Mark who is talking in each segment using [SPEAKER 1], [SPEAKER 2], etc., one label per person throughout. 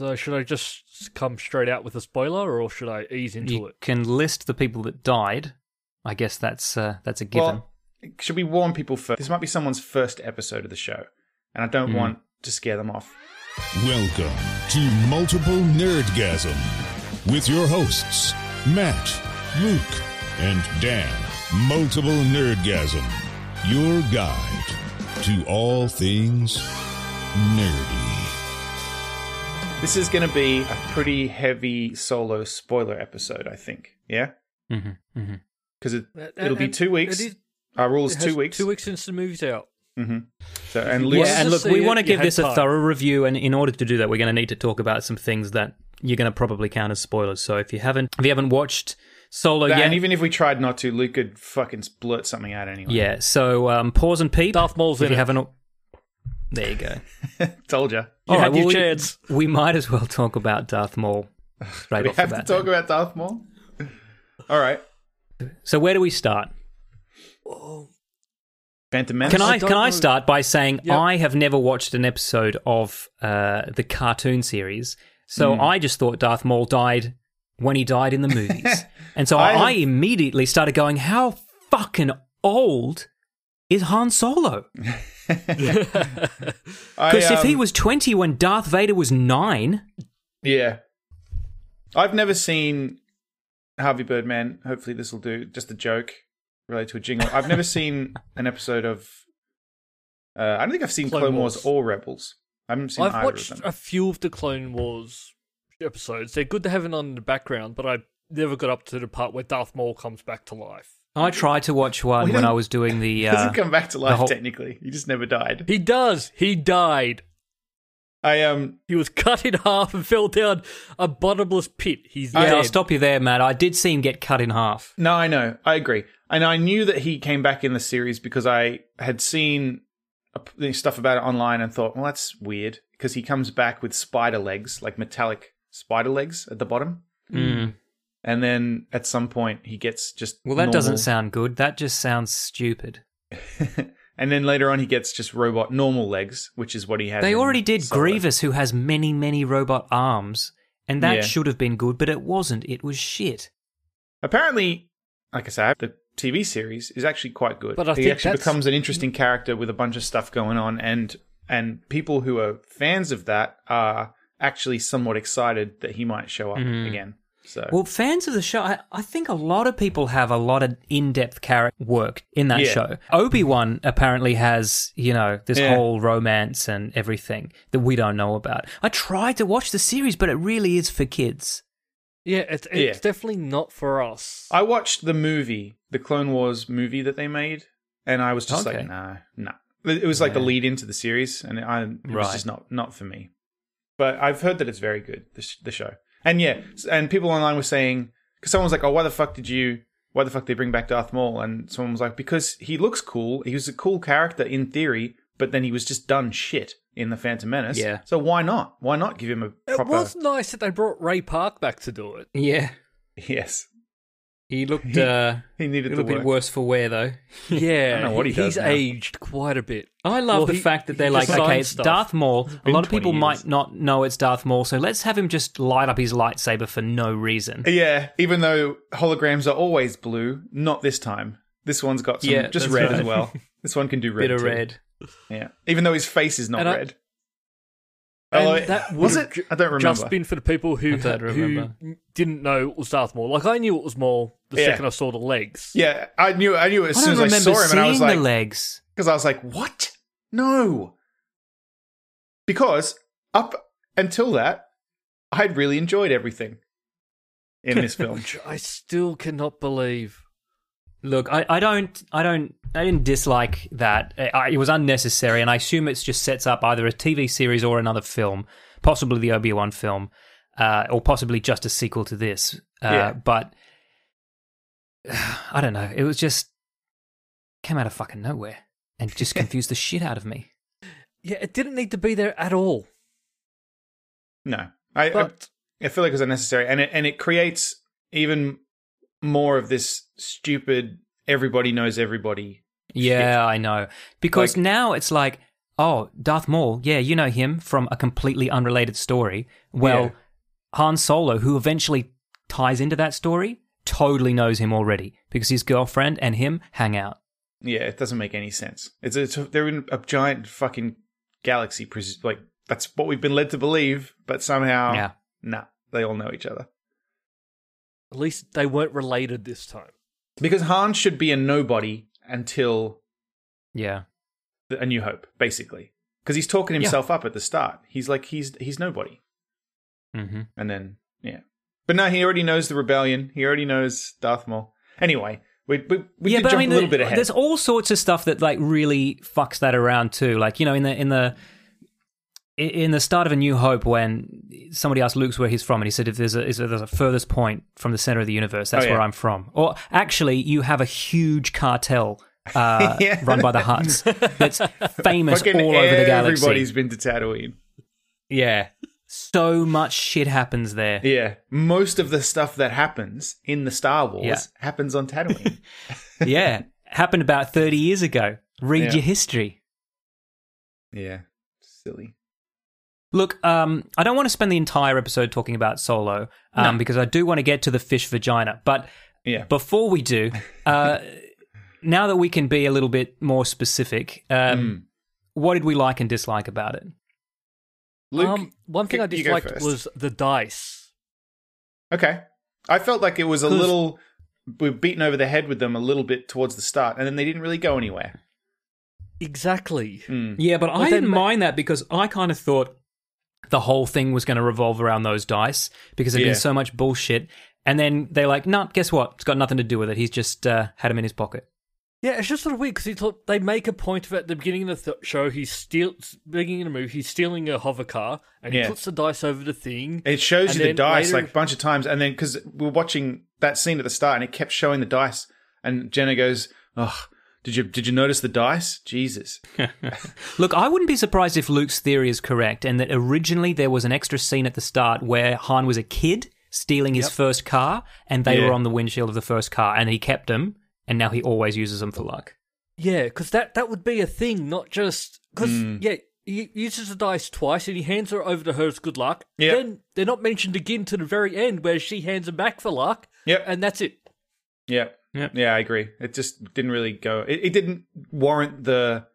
[SPEAKER 1] So should I just come straight out with a spoiler, or should I ease into
[SPEAKER 2] you
[SPEAKER 1] it?
[SPEAKER 2] can list the people that died. I guess that's uh, that's a given.
[SPEAKER 3] Well, should we warn people first? This might be someone's first episode of the show, and I
[SPEAKER 2] Hmm.
[SPEAKER 3] don't want to scare them off.
[SPEAKER 4] Welcome to Multiple Nerdgasm with your hosts, Matt, Luke, and Dan. Multiple Nerdgasm, your guide to all things nerdy.
[SPEAKER 3] This is going to be a pretty heavy solo spoiler episode, I think. Yeah,
[SPEAKER 2] mm-hmm, hmm
[SPEAKER 3] because it,
[SPEAKER 1] And-
[SPEAKER 3] it'll
[SPEAKER 1] Uh,
[SPEAKER 3] be
[SPEAKER 1] and
[SPEAKER 3] two weeks.
[SPEAKER 1] it is-
[SPEAKER 3] Our rule is
[SPEAKER 1] it
[SPEAKER 3] two
[SPEAKER 1] has
[SPEAKER 3] weeks.
[SPEAKER 1] Two weeks since the movie's out.
[SPEAKER 3] hmm So and
[SPEAKER 1] you
[SPEAKER 3] Luke's,
[SPEAKER 2] Yeah, and
[SPEAKER 1] Let's
[SPEAKER 2] look,
[SPEAKER 1] just
[SPEAKER 2] we
[SPEAKER 1] say
[SPEAKER 2] want to
[SPEAKER 1] you
[SPEAKER 2] give
[SPEAKER 1] had
[SPEAKER 2] this a
[SPEAKER 1] time.
[SPEAKER 2] thorough review, and in order to do that, we're going to need to talk about some things that you're going to probably count as spoilers. So if you haven't, if you haven't watched Solo
[SPEAKER 3] that-
[SPEAKER 2] yet,
[SPEAKER 3] and even if we tried not to, Luke could fucking blurt something out anyway.
[SPEAKER 2] yeah, so um, pause and peep.
[SPEAKER 1] Darth Maul's
[SPEAKER 2] if
[SPEAKER 1] in it.
[SPEAKER 2] you haven't, al- there you go.
[SPEAKER 3] told you.
[SPEAKER 1] You had your
[SPEAKER 2] well, we-
[SPEAKER 1] chance.
[SPEAKER 2] We, might as well talk about Darth Maul. Right
[SPEAKER 3] We
[SPEAKER 2] off the
[SPEAKER 3] have to
[SPEAKER 2] bat
[SPEAKER 3] talk
[SPEAKER 2] then.
[SPEAKER 3] about Darth Maul. All right,
[SPEAKER 2] So where do we start?
[SPEAKER 3] Phantom Menace.
[SPEAKER 2] Can I,
[SPEAKER 1] don't
[SPEAKER 2] can I
[SPEAKER 1] know.
[SPEAKER 2] start by saying
[SPEAKER 1] Yep.
[SPEAKER 2] I have never watched an episode of uh, the cartoon series, so
[SPEAKER 3] Hmm.
[SPEAKER 2] I just thought Darth Maul died when he died in the movies, and so
[SPEAKER 3] I
[SPEAKER 2] I,
[SPEAKER 3] have-
[SPEAKER 2] immediately started going, "How fucking old is Han Solo?
[SPEAKER 3] I,
[SPEAKER 2] Because if he
[SPEAKER 3] um,
[SPEAKER 2] was twenty when Darth Vader was nine,
[SPEAKER 3] Yeah. I've never seen Harvey Birdman. Hopefully, this will do. Just a joke related to a jingle. I've never seen an episode of. Uh, I don't think I've seen Clone,
[SPEAKER 1] Clone
[SPEAKER 3] Wars.
[SPEAKER 1] Wars.
[SPEAKER 3] or Rebels. I haven't seen
[SPEAKER 1] I've
[SPEAKER 3] either
[SPEAKER 1] watched
[SPEAKER 3] of them.
[SPEAKER 1] a few of the Clone Wars episodes. They're good to have it on in the background, but I never got up to the part where Darth Maul comes back to life.
[SPEAKER 2] I tried to watch
[SPEAKER 3] Well,
[SPEAKER 2] one
[SPEAKER 3] he
[SPEAKER 2] when I
[SPEAKER 3] doesn't-
[SPEAKER 2] was doing the.
[SPEAKER 3] He
[SPEAKER 2] Uh,
[SPEAKER 3] doesn't come back to life
[SPEAKER 2] whole-
[SPEAKER 3] technically. He just never died.
[SPEAKER 1] He does. He died.
[SPEAKER 3] I um.
[SPEAKER 1] He was cut in half and fell down a bottomless pit. He's
[SPEAKER 2] yeah,
[SPEAKER 1] dead.
[SPEAKER 2] I'll stop you there, Matt. I did see him get cut in half.
[SPEAKER 3] No, I know. I agree. And I knew that he came back in the series because I had seen a- the stuff about it online and thought, well, that's weird because he comes back with spider legs, like metallic spider legs at the bottom.
[SPEAKER 2] Mm.
[SPEAKER 3] And then at some point he gets just
[SPEAKER 2] Well, that doesn't
[SPEAKER 3] normal-
[SPEAKER 2] sound good. That just sounds stupid.
[SPEAKER 3] And then later on he gets just robot normal legs, which is what he had.
[SPEAKER 2] They
[SPEAKER 3] in
[SPEAKER 2] already did
[SPEAKER 3] Solo.
[SPEAKER 2] Grievous, who has many, many robot arms, and that
[SPEAKER 3] Yeah.
[SPEAKER 2] should have been good, but it wasn't. It was shit.
[SPEAKER 3] Apparently, like I said, the TV series is actually quite good.
[SPEAKER 1] But I
[SPEAKER 3] he
[SPEAKER 1] think
[SPEAKER 3] actually
[SPEAKER 1] that's-
[SPEAKER 3] becomes an interesting character with a bunch of stuff going on, and and people who are fans of that are actually somewhat excited that he might show up
[SPEAKER 2] Mm-hmm.
[SPEAKER 3] again. So
[SPEAKER 2] Well, fans of the show, I, I think a lot of people have a lot of in-depth character work in that
[SPEAKER 3] Yeah.
[SPEAKER 2] show. Obi Wan apparently has, you know, this
[SPEAKER 3] Yeah.
[SPEAKER 2] whole romance and everything that we don't know about. I tried to watch the series, but it really is for kids.
[SPEAKER 1] Yeah, it's, it's
[SPEAKER 3] Yeah.
[SPEAKER 1] definitely not for us.
[SPEAKER 3] I watched the movie, the Clone Wars movie that they made, and I was just
[SPEAKER 2] Okay.
[SPEAKER 3] like, nah, nah. It it was like the
[SPEAKER 2] Yeah.
[SPEAKER 3] lead into the series, and I, it was
[SPEAKER 2] Right.
[SPEAKER 3] just not not for me. But I've heard that it's very good, the, sh- the show, and yeah, s- and people online were saying because someone was like, oh, why the fuck did you? Why the fuck did they bring back Darth Maul? And someone was like, because he looks cool. He was a cool character in theory, but then he was just done shit in the Phantom Menace.
[SPEAKER 2] Yeah.
[SPEAKER 3] So why not? Why not give him a
[SPEAKER 1] it
[SPEAKER 3] proper?
[SPEAKER 1] was nice that they brought Ray Park back to do it.
[SPEAKER 2] Yeah,
[SPEAKER 3] Yes,
[SPEAKER 2] he looked
[SPEAKER 3] He-
[SPEAKER 2] uh,
[SPEAKER 3] he
[SPEAKER 2] a
[SPEAKER 3] needed
[SPEAKER 2] little
[SPEAKER 3] the
[SPEAKER 2] bit
[SPEAKER 3] work.
[SPEAKER 2] worse for wear, though.
[SPEAKER 1] Yeah,
[SPEAKER 3] I don't know what he does
[SPEAKER 1] he's
[SPEAKER 3] now. Oh,
[SPEAKER 1] aged quite a bit.
[SPEAKER 2] I love
[SPEAKER 1] Well,
[SPEAKER 2] the
[SPEAKER 1] he-
[SPEAKER 2] fact that
[SPEAKER 1] he
[SPEAKER 2] they're like,
[SPEAKER 1] designs
[SPEAKER 2] okay, it's
[SPEAKER 1] stuff.
[SPEAKER 2] Darth Maul. A
[SPEAKER 3] been
[SPEAKER 2] lot of
[SPEAKER 3] 20
[SPEAKER 2] people
[SPEAKER 3] years.
[SPEAKER 2] might not know it's Darth Maul, so let's have him just light up his lightsaber for no reason.
[SPEAKER 3] Yeah, even though holograms are always blue, not this time. This one's got some
[SPEAKER 2] Yeah,
[SPEAKER 3] just
[SPEAKER 2] that's
[SPEAKER 3] red
[SPEAKER 2] right.
[SPEAKER 3] as well. This one can do red.
[SPEAKER 2] Bit of
[SPEAKER 3] too.
[SPEAKER 2] red.
[SPEAKER 3] Yeah. Even though his face is not
[SPEAKER 1] And I-
[SPEAKER 3] red.
[SPEAKER 1] And
[SPEAKER 3] Although-
[SPEAKER 1] that would
[SPEAKER 3] was
[SPEAKER 1] have
[SPEAKER 3] it?
[SPEAKER 1] ju-
[SPEAKER 3] I don't remember.
[SPEAKER 1] Just been for the people who,
[SPEAKER 2] I don't
[SPEAKER 1] who
[SPEAKER 2] remember.
[SPEAKER 1] didn't know it was Darth Maul. Like I knew it was Maul the
[SPEAKER 3] Yeah.
[SPEAKER 1] second I saw the legs.
[SPEAKER 3] yeah, I knew I knew it as
[SPEAKER 2] I
[SPEAKER 3] soon
[SPEAKER 2] don't
[SPEAKER 3] as I
[SPEAKER 2] remember
[SPEAKER 3] saw him
[SPEAKER 2] seeing
[SPEAKER 3] and I was
[SPEAKER 2] the
[SPEAKER 3] like
[SPEAKER 2] legs.
[SPEAKER 3] because I was like, "What? No." Because up until that, I'd really enjoyed everything in this film.
[SPEAKER 1] Which I still cannot believe.
[SPEAKER 2] Look, I, I don't, I don't, I didn't dislike that. I, I- it was unnecessary, and I assume it just sets up either a TV series or another film, possibly the Obi Wan film, uh, or possibly just a sequel to this. Uh,
[SPEAKER 3] Yeah.
[SPEAKER 2] But I don't know. It was just came out of fucking nowhere and just confused the shit out of me.
[SPEAKER 1] Yeah, it didn't need to be there at all.
[SPEAKER 3] No, I, I-
[SPEAKER 1] But
[SPEAKER 3] I feel like it was unnecessary, and it and it creates even more of this stupid everybody knows everybody.
[SPEAKER 2] Yeah, I know. Because
[SPEAKER 3] Like-
[SPEAKER 2] now it's like, oh, Darth Maul, yeah, you know him from a completely unrelated story. Well,
[SPEAKER 3] Yeah.
[SPEAKER 2] Han Solo, who eventually ties into that story, totally knows him already because his girlfriend and him hang out.
[SPEAKER 3] Yeah, it doesn't make any sense. It's, it's they're in a giant fucking galaxy. pres- Like that's what we've been led to believe, but somehow,
[SPEAKER 2] Yeah.
[SPEAKER 3] nah, they all know each other.
[SPEAKER 1] At least they weren't related this time.
[SPEAKER 3] Because Han should be a nobody until
[SPEAKER 2] Yeah.
[SPEAKER 3] the- A New Hope, basically. Because he's talking himself up at the start. He's like he's he's nobody,
[SPEAKER 2] Mm-hmm.
[SPEAKER 3] and then yeah. But no, he already knows the rebellion. He already knows Darth Maul. Anyway, we we, we did jump a little bit ahead.
[SPEAKER 2] there's all sorts of stuff that like really fucks that around too. Like you know, in the in the in- in the start of A New Hope, when somebody asked Luke's where he's from, and he said, "If there's a, is there- there's a furthest point from the center of the universe, that's
[SPEAKER 3] Oh, yeah.
[SPEAKER 2] where I'm from." Or actually, you have a huge cartel uh,
[SPEAKER 3] Yeah.
[SPEAKER 2] run by the Huts that's famous
[SPEAKER 3] Fucking
[SPEAKER 2] all over the galaxy.
[SPEAKER 3] everybody's been to Tatooine.
[SPEAKER 2] Yeah, so much shit happens there.
[SPEAKER 3] Yeah, most of the stuff that happens in the Star Wars
[SPEAKER 2] Yeah.
[SPEAKER 3] happens on Tatooine.
[SPEAKER 2] yeah, happened about thirty years ago. Read
[SPEAKER 3] Yeah.
[SPEAKER 2] your history.
[SPEAKER 3] yeah, silly.
[SPEAKER 2] Look, um, I don't want to spend the entire episode talking about Solo um, because I do want to get to the fish vagina. But
[SPEAKER 3] Yeah,
[SPEAKER 2] before we do, uh, now that we can be a little bit more specific, um, what did we like and dislike about it?
[SPEAKER 3] Luke.
[SPEAKER 1] um, one thing
[SPEAKER 3] c-
[SPEAKER 1] I
[SPEAKER 3] you go
[SPEAKER 1] disliked
[SPEAKER 3] first.
[SPEAKER 1] was the dice.
[SPEAKER 3] okay. I felt like it was a
[SPEAKER 1] 'Cause-
[SPEAKER 3] little we were beaten over the head with them a little bit towards the start, and then they didn't really go anywhere.
[SPEAKER 1] Exactly.
[SPEAKER 3] Mm.
[SPEAKER 2] Yeah, but I
[SPEAKER 1] then
[SPEAKER 2] didn't
[SPEAKER 1] ma-
[SPEAKER 2] mind that because I kind of thought the whole thing was going to revolve around those dice because there'd
[SPEAKER 3] Yeah.
[SPEAKER 2] been so much bullshit. And then they're like, nah, guess what? It's got nothing to do with it. He's just uh, had him in his pocket.
[SPEAKER 1] Yeah, it's just sort of weird because he thought they make a point of it at the beginning of the th- show. He's steal beginning of the movie. He's stealing a hover car and
[SPEAKER 3] Yeah.
[SPEAKER 1] he puts the dice over the thing.
[SPEAKER 3] It shows
[SPEAKER 1] And
[SPEAKER 3] you the
[SPEAKER 1] then
[SPEAKER 3] dice
[SPEAKER 1] later-
[SPEAKER 3] like a bunch of times, and then because we're watching that scene at the start, and it kept showing the dice, and Jenna goes, "Oh, did you did you notice the dice? Jesus,
[SPEAKER 2] Look, I wouldn't be surprised if Luke's theory is correct and that originally there was an extra scene at the start where Han was a kid stealing his first car and they
[SPEAKER 3] Yeah.
[SPEAKER 2] were on the windshield of the first car and he kept them and now he always uses them for luck.
[SPEAKER 1] Yeah, because that that would be a thing, not just because
[SPEAKER 3] Hmm.
[SPEAKER 1] yeah. He uses the dice twice and he hands her over to her as good luck.
[SPEAKER 3] Yep.
[SPEAKER 1] Then they're not mentioned again to the very end where she hands him back for luck.
[SPEAKER 3] Yep.
[SPEAKER 1] And that's it.
[SPEAKER 3] Yeah.
[SPEAKER 2] Yeah.
[SPEAKER 3] Yeah, I agree. It just didn't really go it, it didn't warrant the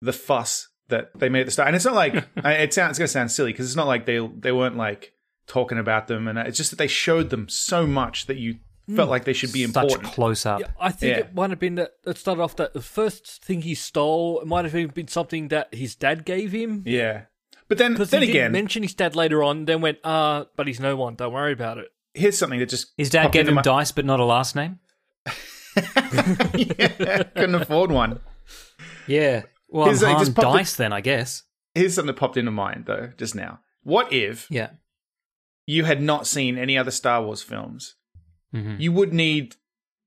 [SPEAKER 3] the fuss that they made at the start. And it's not like I- it sounds it's going to sound silly cuz it's not like they they weren't like talking about them and it's just that they showed them so much that you
[SPEAKER 2] Hmm.
[SPEAKER 3] felt like they should be
[SPEAKER 2] Such
[SPEAKER 3] important.
[SPEAKER 2] close up.
[SPEAKER 1] Yeah, I think
[SPEAKER 3] Yeah.
[SPEAKER 1] it might have been that it started off that the first thing he stole. It might have even been something that his dad gave him.
[SPEAKER 3] yeah. But then
[SPEAKER 1] Because
[SPEAKER 3] then
[SPEAKER 1] he
[SPEAKER 3] again,
[SPEAKER 1] didn't mention his dad later on, then went, ah, but he's no one. Don't worry about it.
[SPEAKER 3] here's something that just
[SPEAKER 2] His dad
[SPEAKER 3] popped
[SPEAKER 2] gave
[SPEAKER 3] into
[SPEAKER 2] him
[SPEAKER 3] my-
[SPEAKER 2] dice but not a last name?
[SPEAKER 3] Yeah, couldn't afford one.
[SPEAKER 2] Yeah. Well,
[SPEAKER 3] His,
[SPEAKER 2] I'm
[SPEAKER 3] like,
[SPEAKER 2] Han
[SPEAKER 3] uh, just popped
[SPEAKER 2] dice then, I guess.
[SPEAKER 3] Here's something that popped into mind though just now. What if
[SPEAKER 2] Yeah.
[SPEAKER 3] you had not seen any other Star Wars films?
[SPEAKER 2] Mhm.
[SPEAKER 3] you would need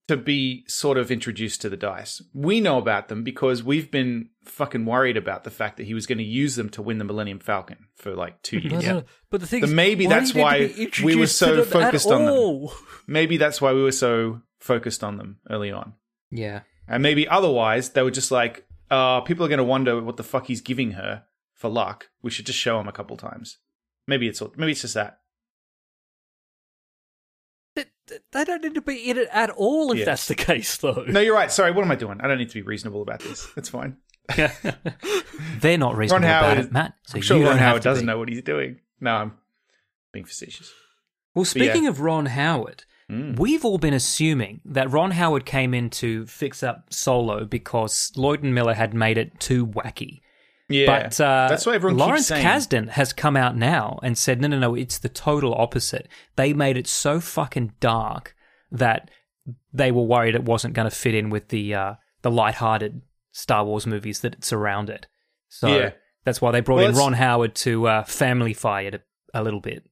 [SPEAKER 3] to be sort of introduced to the dice. We know about them because we've been fucking worried about the fact that he was going to use them to win the Millennium Falcon for like two
[SPEAKER 1] No,
[SPEAKER 3] years.
[SPEAKER 1] no, no. But the thing
[SPEAKER 3] Then
[SPEAKER 1] is,
[SPEAKER 3] maybe
[SPEAKER 1] why
[SPEAKER 3] that's
[SPEAKER 1] do you need to
[SPEAKER 3] why
[SPEAKER 1] be
[SPEAKER 3] we were
[SPEAKER 1] introduced
[SPEAKER 3] so
[SPEAKER 1] to them at
[SPEAKER 3] focused on them.
[SPEAKER 1] all?
[SPEAKER 3] Maybe that's why we were so focused on them early on.
[SPEAKER 2] Yeah.
[SPEAKER 3] And maybe otherwise they were just like, uh, people are going to wonder what the fuck he's giving her for luck. We should just show him a couple times. Maybe it's all, maybe it's just that.
[SPEAKER 1] They, they don't need to be in it at all if
[SPEAKER 3] Yeah.
[SPEAKER 1] that's the case, though.
[SPEAKER 3] No, you're right. Sorry, what am I doing? I don't need to be reasonable about this. It's fine.
[SPEAKER 2] They're not reasonable about
[SPEAKER 3] Howard
[SPEAKER 2] it,
[SPEAKER 3] is-
[SPEAKER 2] Matt. So
[SPEAKER 3] I'm sure
[SPEAKER 2] you
[SPEAKER 3] Ron
[SPEAKER 2] don't
[SPEAKER 3] Howard
[SPEAKER 2] have to
[SPEAKER 3] doesn't
[SPEAKER 2] be.
[SPEAKER 3] know what he's doing. No, I'm being facetious.
[SPEAKER 2] Well,
[SPEAKER 3] yeah. Hmm.
[SPEAKER 2] speaking of Ron Howard, we've all been assuming that Ron Howard came in to fix up Solo because Lloyd and Miller had made it too wacky.
[SPEAKER 3] Yeah,
[SPEAKER 2] but uh,
[SPEAKER 3] that's what everyone
[SPEAKER 2] Lawrence
[SPEAKER 3] keeps saying.
[SPEAKER 2] Kasdan has come out now and said, no, no, no, it's the total opposite. They made it so fucking dark that they were worried it wasn't going to fit in with the uh, the lighthearted Star Wars movies that surround it. So
[SPEAKER 3] Yeah.
[SPEAKER 2] that's why they brought
[SPEAKER 3] Well,
[SPEAKER 2] in
[SPEAKER 3] that's-
[SPEAKER 2] Ron Howard to uh, familyfy it a, a little bit.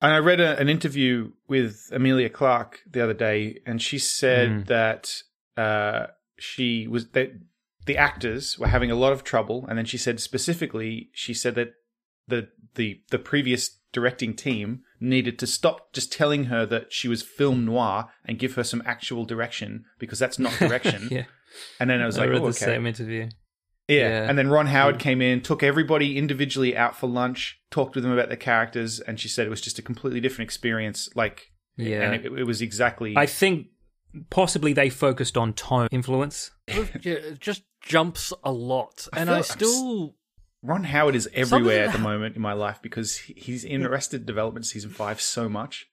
[SPEAKER 3] And I read a, an interview with Amelia Clark the other day, and she said
[SPEAKER 2] Hmm.
[SPEAKER 3] that uh, she was that the actors were having a lot of trouble, and then she said specifically, she said that the the the previous directing team needed to stop just telling her that she was film noir and give her some actual direction because that's not direction.
[SPEAKER 2] Yeah.
[SPEAKER 3] And then I was like,
[SPEAKER 2] read
[SPEAKER 3] oh,
[SPEAKER 2] the
[SPEAKER 3] okay.
[SPEAKER 2] same interview.
[SPEAKER 3] Yeah.
[SPEAKER 2] Yeah.
[SPEAKER 3] And then Ron Howard came in, took everybody individually out for lunch, talked with them about their characters, and she said it was just a completely different experience. Like,
[SPEAKER 2] Yeah.
[SPEAKER 3] and it, it was exactly.
[SPEAKER 2] I think possibly they focused on tone influence.
[SPEAKER 1] yeah, it just jumps a lot,
[SPEAKER 3] I
[SPEAKER 1] and
[SPEAKER 3] feel-
[SPEAKER 1] I
[SPEAKER 3] I'm s-
[SPEAKER 1] still
[SPEAKER 3] Ron Howard is everywhere at
[SPEAKER 1] Something-
[SPEAKER 3] the moment in my life because he- he's in Arrested Development season five so much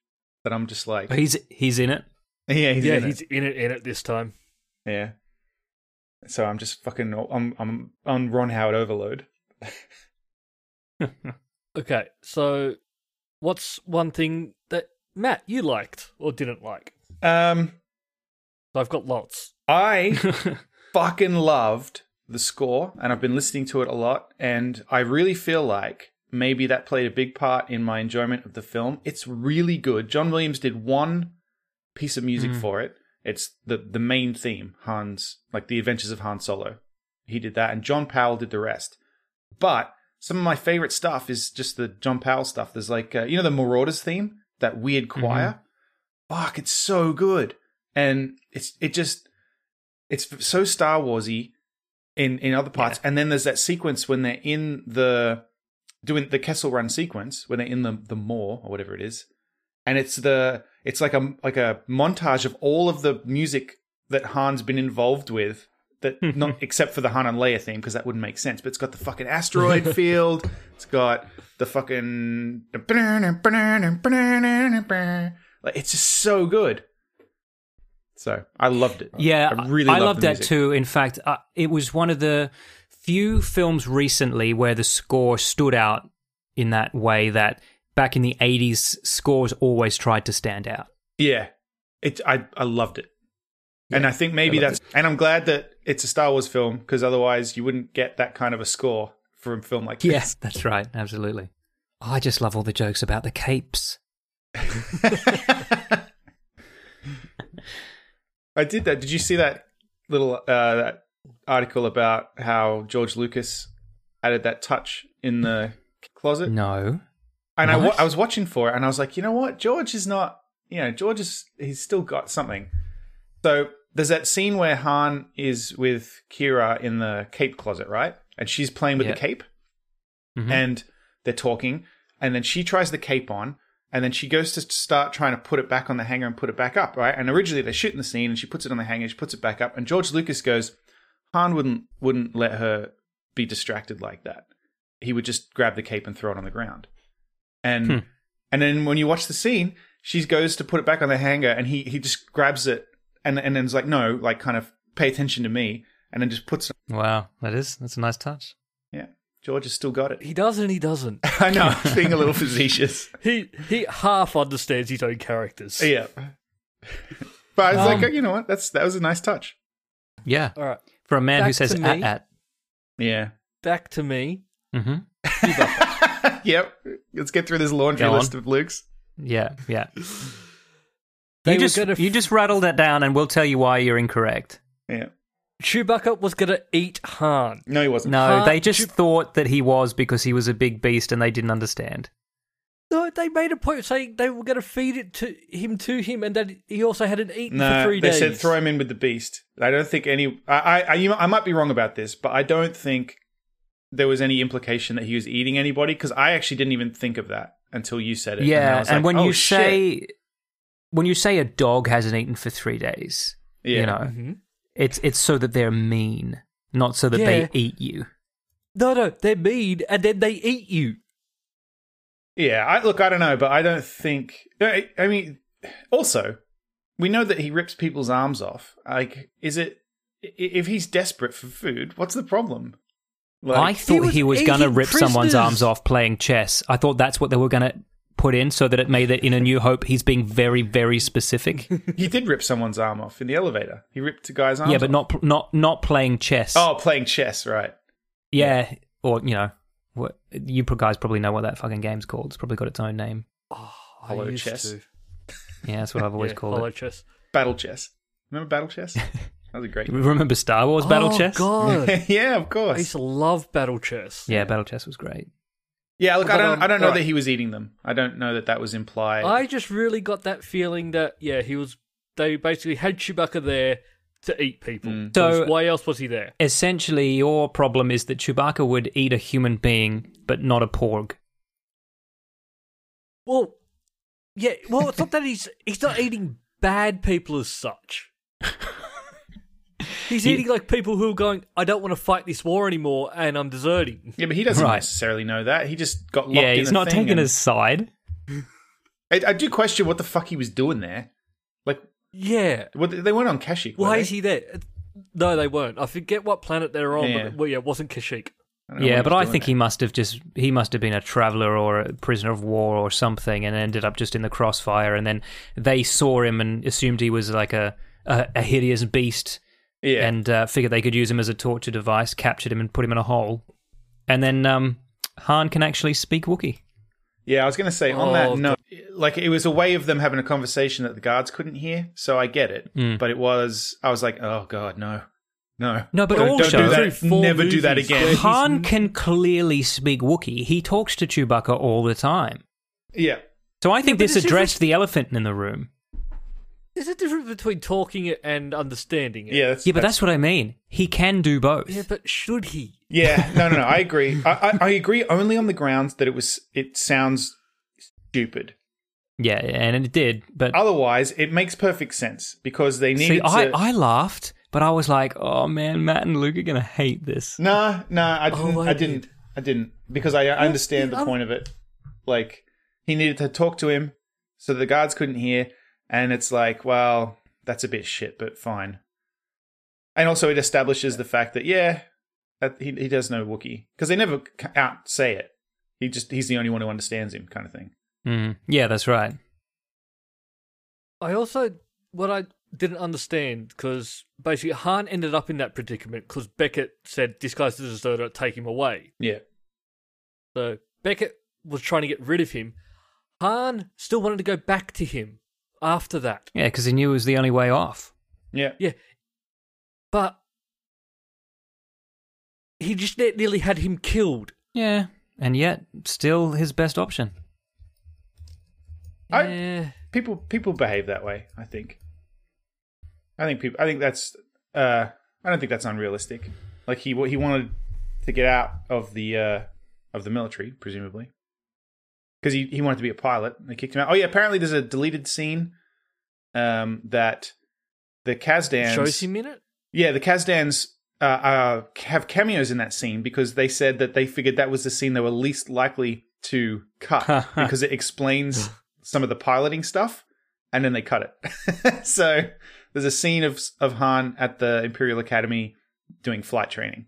[SPEAKER 3] that I'm just like,
[SPEAKER 2] He's he's in it.
[SPEAKER 3] yeah, he's
[SPEAKER 1] yeah,
[SPEAKER 3] in it.
[SPEAKER 1] he's in it in it this time.
[SPEAKER 3] yeah. So I'm just fucking, I'm, I'm on Ron Howard overload.
[SPEAKER 1] Okay, so what's one thing that Matt you liked or didn't like?
[SPEAKER 3] Um,
[SPEAKER 1] I've got lots.
[SPEAKER 3] I fucking loved the score and I've been listening to it a lot and I really feel like maybe that played a big part in my enjoyment of the film. It's really good. John Williams did one piece of music for it. It's the the main theme, Hans, like The Adventures of Han Solo. He did that and John Powell did the rest. But some of my favorite stuff is just the John Powell stuff. There's like uh, you know the Marauders theme, that weird choir. Fuck, it's so good. And it's it just it's so Star Warsy in in other parts, and then there's that sequence when they're in the doing the Kessel Run sequence when they're in the the moor or whatever it is, and it's the it's like a like a montage of all of the music that Han's been involved with that not except for the Han and Leia theme because that wouldn't make sense, but it's got the fucking asteroid field, it's got the fucking like it's just so good. So I loved it.
[SPEAKER 2] Yeah,
[SPEAKER 3] I really
[SPEAKER 2] I
[SPEAKER 3] loved
[SPEAKER 2] loved
[SPEAKER 3] the
[SPEAKER 2] that
[SPEAKER 3] music.
[SPEAKER 2] too. In fact, uh, it was one of the few films recently where the score stood out in that way that back in the 80s scores always tried to stand out.
[SPEAKER 3] Yeah, it. I I loved it, and I think maybe
[SPEAKER 2] I loved
[SPEAKER 3] that's. And I'm glad that it's a Star Wars film because otherwise you wouldn't get that kind of a score from a film like this.
[SPEAKER 2] Yes, that's right. Absolutely. I just love all the jokes about the capes.
[SPEAKER 3] I did that. Did you see that little uh, that article about how George Lucas added that touch in the closet?
[SPEAKER 2] No.
[SPEAKER 3] and I, wa-
[SPEAKER 2] What?
[SPEAKER 3] I was watching for it, and I was like, you know what, George is not, you know, George is he's still got something. So there's that scene where Han is with Kira in the cape closet, right? And she's playing with
[SPEAKER 2] Yeah.
[SPEAKER 3] the cape,
[SPEAKER 2] Mhm.
[SPEAKER 3] and they're talking, and then she tries the cape on, and then she goes to start trying to put it back on the hanger and put it back up, right? And originally they're shooting the scene, and she puts it on the hanger, she puts it back up, and George Lucas goes, Han wouldn't wouldn't let her be distracted like that. He would just grab the cape and throw it on the ground. And and then when you watch the scene, she goes to put it back on the hanger and he he just grabs it and and then's like, no, like kind of pay attention to me and then just puts it
[SPEAKER 2] Wow, that is that's a nice touch.
[SPEAKER 3] Yeah. George has still got it.
[SPEAKER 1] He does and he doesn't.
[SPEAKER 3] I know, I'm being a little facetious.
[SPEAKER 1] He he half understands his own characters.
[SPEAKER 3] Yeah. But I was
[SPEAKER 2] Um,
[SPEAKER 3] like, oh, you know what? That's that was a nice touch.
[SPEAKER 2] Yeah,
[SPEAKER 1] All right,
[SPEAKER 2] for a man who
[SPEAKER 1] Back
[SPEAKER 2] says
[SPEAKER 1] to
[SPEAKER 2] at
[SPEAKER 1] me.
[SPEAKER 2] at.
[SPEAKER 3] Yeah.
[SPEAKER 1] back to me.
[SPEAKER 2] hmm
[SPEAKER 3] yep. Let's get through this laundry
[SPEAKER 2] Go on.
[SPEAKER 3] list of Luke's.
[SPEAKER 2] Yeah, yeah.
[SPEAKER 1] They
[SPEAKER 2] you
[SPEAKER 1] were
[SPEAKER 2] just
[SPEAKER 1] gonna
[SPEAKER 2] you just rattle that down, and we'll tell you why you're incorrect.
[SPEAKER 3] Yeah.
[SPEAKER 1] Chewbacca was gonna eat Han.
[SPEAKER 3] No, he wasn't.
[SPEAKER 2] No,
[SPEAKER 1] Huh?
[SPEAKER 2] they just
[SPEAKER 1] Chew-
[SPEAKER 2] thought that he was because he was a big beast, and they didn't understand.
[SPEAKER 1] No, they made a point of saying they were gonna feed it to him to him, and that he also hadn't eaten
[SPEAKER 3] No,
[SPEAKER 1] for three
[SPEAKER 3] they
[SPEAKER 1] days.
[SPEAKER 3] said throw him in with the beast. I don't think any. I, I, I, you, I might be wrong about this, but I don't think there was any implication that he was eating anybody because I actually didn't even think of that until you said it. I
[SPEAKER 2] Yeah,
[SPEAKER 3] was
[SPEAKER 2] and
[SPEAKER 3] like,
[SPEAKER 2] when
[SPEAKER 3] "Oh,
[SPEAKER 2] you
[SPEAKER 3] shit."
[SPEAKER 2] say when you say a dog hasn't eaten for three days,
[SPEAKER 3] Yeah.
[SPEAKER 2] you know,
[SPEAKER 1] Mhm.
[SPEAKER 2] it's it's so that they're mean, not so that
[SPEAKER 1] Yeah.
[SPEAKER 2] they eat you.
[SPEAKER 1] No, no, they're mean, and then they eat you.
[SPEAKER 3] yeah, I look, I don't know, but I don't think. I, I mean, also, we know that he rips people's arms off. Like, is it i- if he's desperate for food? What's the problem?
[SPEAKER 2] I thought
[SPEAKER 1] was
[SPEAKER 2] he was, gonna
[SPEAKER 1] eating
[SPEAKER 2] rip someone's
[SPEAKER 1] prisoners.
[SPEAKER 2] arms off playing chess. I thought that's what they were gonna put in so that it made it in a new hope he's being very very specific
[SPEAKER 3] he did rip someone's arm off in the elevator. He ripped a guy's arm.
[SPEAKER 2] yeah but not not not playing chess
[SPEAKER 3] Oh, playing chess, right?
[SPEAKER 2] yeah or you know what you guys probably know what that fucking game's called it's probably got its own name
[SPEAKER 1] I
[SPEAKER 3] Hollow
[SPEAKER 1] used
[SPEAKER 3] chess.
[SPEAKER 1] to.
[SPEAKER 2] yeah that's what i've always
[SPEAKER 1] Yeah,
[SPEAKER 2] called
[SPEAKER 1] hollow
[SPEAKER 2] it
[SPEAKER 1] chess.
[SPEAKER 3] Battle chess. Remember battle chess? That was a great.
[SPEAKER 2] remember star wars battle
[SPEAKER 1] oh,
[SPEAKER 2] chess
[SPEAKER 1] God,
[SPEAKER 3] yeah, of
[SPEAKER 1] I used
[SPEAKER 3] course.
[SPEAKER 1] to love battle chess.
[SPEAKER 2] yeah battle chess was great
[SPEAKER 3] Yeah, look, I
[SPEAKER 1] But,
[SPEAKER 3] don't,
[SPEAKER 1] um,
[SPEAKER 3] I don't know
[SPEAKER 1] alright.
[SPEAKER 3] that he was eating them. I don't know that that was implied.
[SPEAKER 1] I just really got that feeling that yeah, he was. They basically had Chewbacca there to eat people.
[SPEAKER 3] Mm.
[SPEAKER 2] So-
[SPEAKER 1] why else was he there?
[SPEAKER 2] Essentially, your problem is that Chewbacca would eat a human being, but not a porg.
[SPEAKER 1] Well, yeah. Well, it's not that he's he's not eating bad people as such. He's eating like people who are going, I don't want to fight this war anymore, and I'm deserting.
[SPEAKER 3] Yeah, but he doesn't
[SPEAKER 2] Right.
[SPEAKER 3] necessarily know that. He just got locked
[SPEAKER 2] yeah,
[SPEAKER 3] in
[SPEAKER 2] he's
[SPEAKER 3] a
[SPEAKER 2] not
[SPEAKER 3] thing
[SPEAKER 2] taking
[SPEAKER 3] and-
[SPEAKER 2] his side.
[SPEAKER 3] I, I do question what the fuck he was doing there. Like,
[SPEAKER 1] Yeah.
[SPEAKER 3] what, they weren't on Kashyyyk. were
[SPEAKER 1] Why
[SPEAKER 3] they?
[SPEAKER 1] is he there? No, they weren't. I forget what planet they're on,
[SPEAKER 3] Yeah.
[SPEAKER 1] but well, yeah, it wasn't Kashyyyk.
[SPEAKER 3] I don't know
[SPEAKER 2] Yeah,
[SPEAKER 3] what
[SPEAKER 2] but
[SPEAKER 3] was
[SPEAKER 2] I
[SPEAKER 3] doing
[SPEAKER 2] think
[SPEAKER 3] there.
[SPEAKER 2] he must have just he must have been a traveler or a prisoner of war or something, and ended up just in the crossfire. And then they saw him and assumed he was like a a, a hideous beast,
[SPEAKER 3] Yeah,
[SPEAKER 2] and uh, figured they could use him as a torture device. Captured him and put him in a hole, and then um, Han can actually speak Wookiee.
[SPEAKER 3] yeah. I was gonna say on
[SPEAKER 1] Oh,
[SPEAKER 3] that note, like it was a way of them having a conversation that the guards couldn't hear. So I get it, but it was. I was like, oh god, no, no,
[SPEAKER 2] No, but
[SPEAKER 3] don't,
[SPEAKER 2] also-
[SPEAKER 3] don't do
[SPEAKER 1] Through
[SPEAKER 3] that.
[SPEAKER 1] four
[SPEAKER 3] Never do that
[SPEAKER 1] movies,
[SPEAKER 3] again.
[SPEAKER 1] He's-
[SPEAKER 2] Han can clearly speak Wookiee. He talks to Chewbacca all the time.
[SPEAKER 3] Yeah,
[SPEAKER 2] So I think
[SPEAKER 1] but
[SPEAKER 2] this
[SPEAKER 1] it's just-
[SPEAKER 2] addressed the elephant in the room.
[SPEAKER 1] There's a difference between talking it and understanding it.
[SPEAKER 3] yeah, that's,
[SPEAKER 2] Yeah, but that's what I mean. He can do both.
[SPEAKER 1] Yeah, but should he?
[SPEAKER 3] Yeah, no, no, no. I agree. I, I, I agree only on the grounds that it was. It sounds stupid.
[SPEAKER 2] Yeah, and it did. But
[SPEAKER 3] Otherwise, it makes perfect sense because they needed
[SPEAKER 2] see, I,
[SPEAKER 3] to.
[SPEAKER 2] I laughed, but I was like, oh man, Matt and Luke are going to hate this.
[SPEAKER 3] Nah, nah, I
[SPEAKER 1] Oh,
[SPEAKER 3] didn't.
[SPEAKER 1] I
[SPEAKER 3] I, didn't.
[SPEAKER 1] did.
[SPEAKER 3] I didn't because I, I understand
[SPEAKER 1] see,
[SPEAKER 3] the
[SPEAKER 1] I'm-
[SPEAKER 3] point of it. Like he needed to talk to him, so the guards couldn't hear, and it's like, well, that's a bit shit, but fine. And also, it establishes the fact that yeah, that he he does know Wookiee because they never c- out say it. He just he's the only one who understands him, kind of thing.
[SPEAKER 2] Mm, yeah, that's right.
[SPEAKER 1] I also what I didn't understand because basically Han ended up in that predicament because Beckett said this guy's a deserter, take him away.
[SPEAKER 3] Yeah,
[SPEAKER 1] So Beckett was trying to get rid of him. Han still wanted to go back to him after that.
[SPEAKER 2] Yeah, because he knew it was the only way off.
[SPEAKER 3] yeah.
[SPEAKER 1] Yeah, but he just ne- nearly had him killed.
[SPEAKER 2] Yeah, and yet still his best option.
[SPEAKER 3] I-
[SPEAKER 1] Yeah.
[SPEAKER 3] people people behave that way. I think. I think people. I think that's. Uh, I don't think that's unrealistic. Like he wa- he wanted to get out of the uh, of the military, presumably, because he he wanted to be a pilot. and They kicked him out. Oh yeah, apparently there's a deleted scene um, that the Kazdans
[SPEAKER 1] shows him in it.
[SPEAKER 3] yeah, the Kazdans uh, uh, have cameos in that scene because they said that they figured that was the scene they were least likely to cut because it explains some of the piloting stuff, and then they cut it. so there's a scene of of Han at the Imperial Academy doing flight training.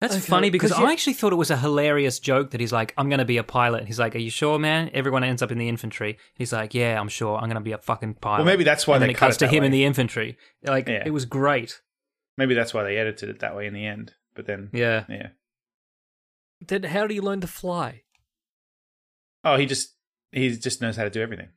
[SPEAKER 2] That's
[SPEAKER 1] Okay,
[SPEAKER 2] funny because
[SPEAKER 1] 'cause you-
[SPEAKER 2] I actually thought it was a hilarious joke that he's like, I'm going to be a pilot. And he's like, Are you sure, man? Everyone ends up in the infantry. He's like, Yeah, I'm sure. I'm going to be a fucking pilot.
[SPEAKER 3] Well, maybe that's why
[SPEAKER 2] and
[SPEAKER 3] they
[SPEAKER 2] then it
[SPEAKER 3] cut
[SPEAKER 2] cuts
[SPEAKER 3] it
[SPEAKER 2] to
[SPEAKER 3] that
[SPEAKER 2] him in
[SPEAKER 3] way.
[SPEAKER 2] the infantry. Like,
[SPEAKER 3] Yeah.
[SPEAKER 2] it was great.
[SPEAKER 3] Maybe that's why they edited it that way in the end. But then
[SPEAKER 2] Yeah.
[SPEAKER 3] yeah.
[SPEAKER 1] Then how do you learn to fly?
[SPEAKER 3] Oh, he just he just knows how to do everything.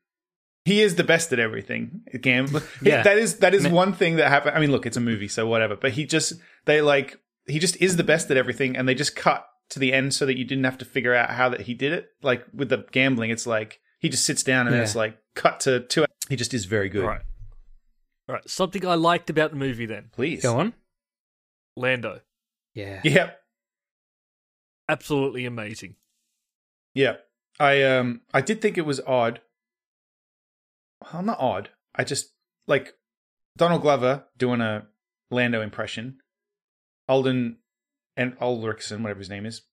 [SPEAKER 3] He is the best at everything. Again,
[SPEAKER 2] Yeah.
[SPEAKER 3] that is that is
[SPEAKER 2] Ma-
[SPEAKER 3] one thing that happened. I mean, look, it's a movie, so whatever. But he just they like he just is the best at everything, and they just cut to the end so that you didn't have to figure out how that he did it. Like with the gambling, it's like he just sits down and
[SPEAKER 2] Yeah.
[SPEAKER 3] it's like cut to two. He just is very good.
[SPEAKER 1] Right. All right. Something I liked about the movie then
[SPEAKER 3] Please
[SPEAKER 2] Go on.
[SPEAKER 1] Lando.
[SPEAKER 2] Yeah.
[SPEAKER 3] Yep.
[SPEAKER 1] Absolutely amazing.
[SPEAKER 3] Yeah. I um I did think it was odd. Well, not odd. I just like Donald Glover doing a Lando impression. Alden and Ulrichsen, whatever his name is,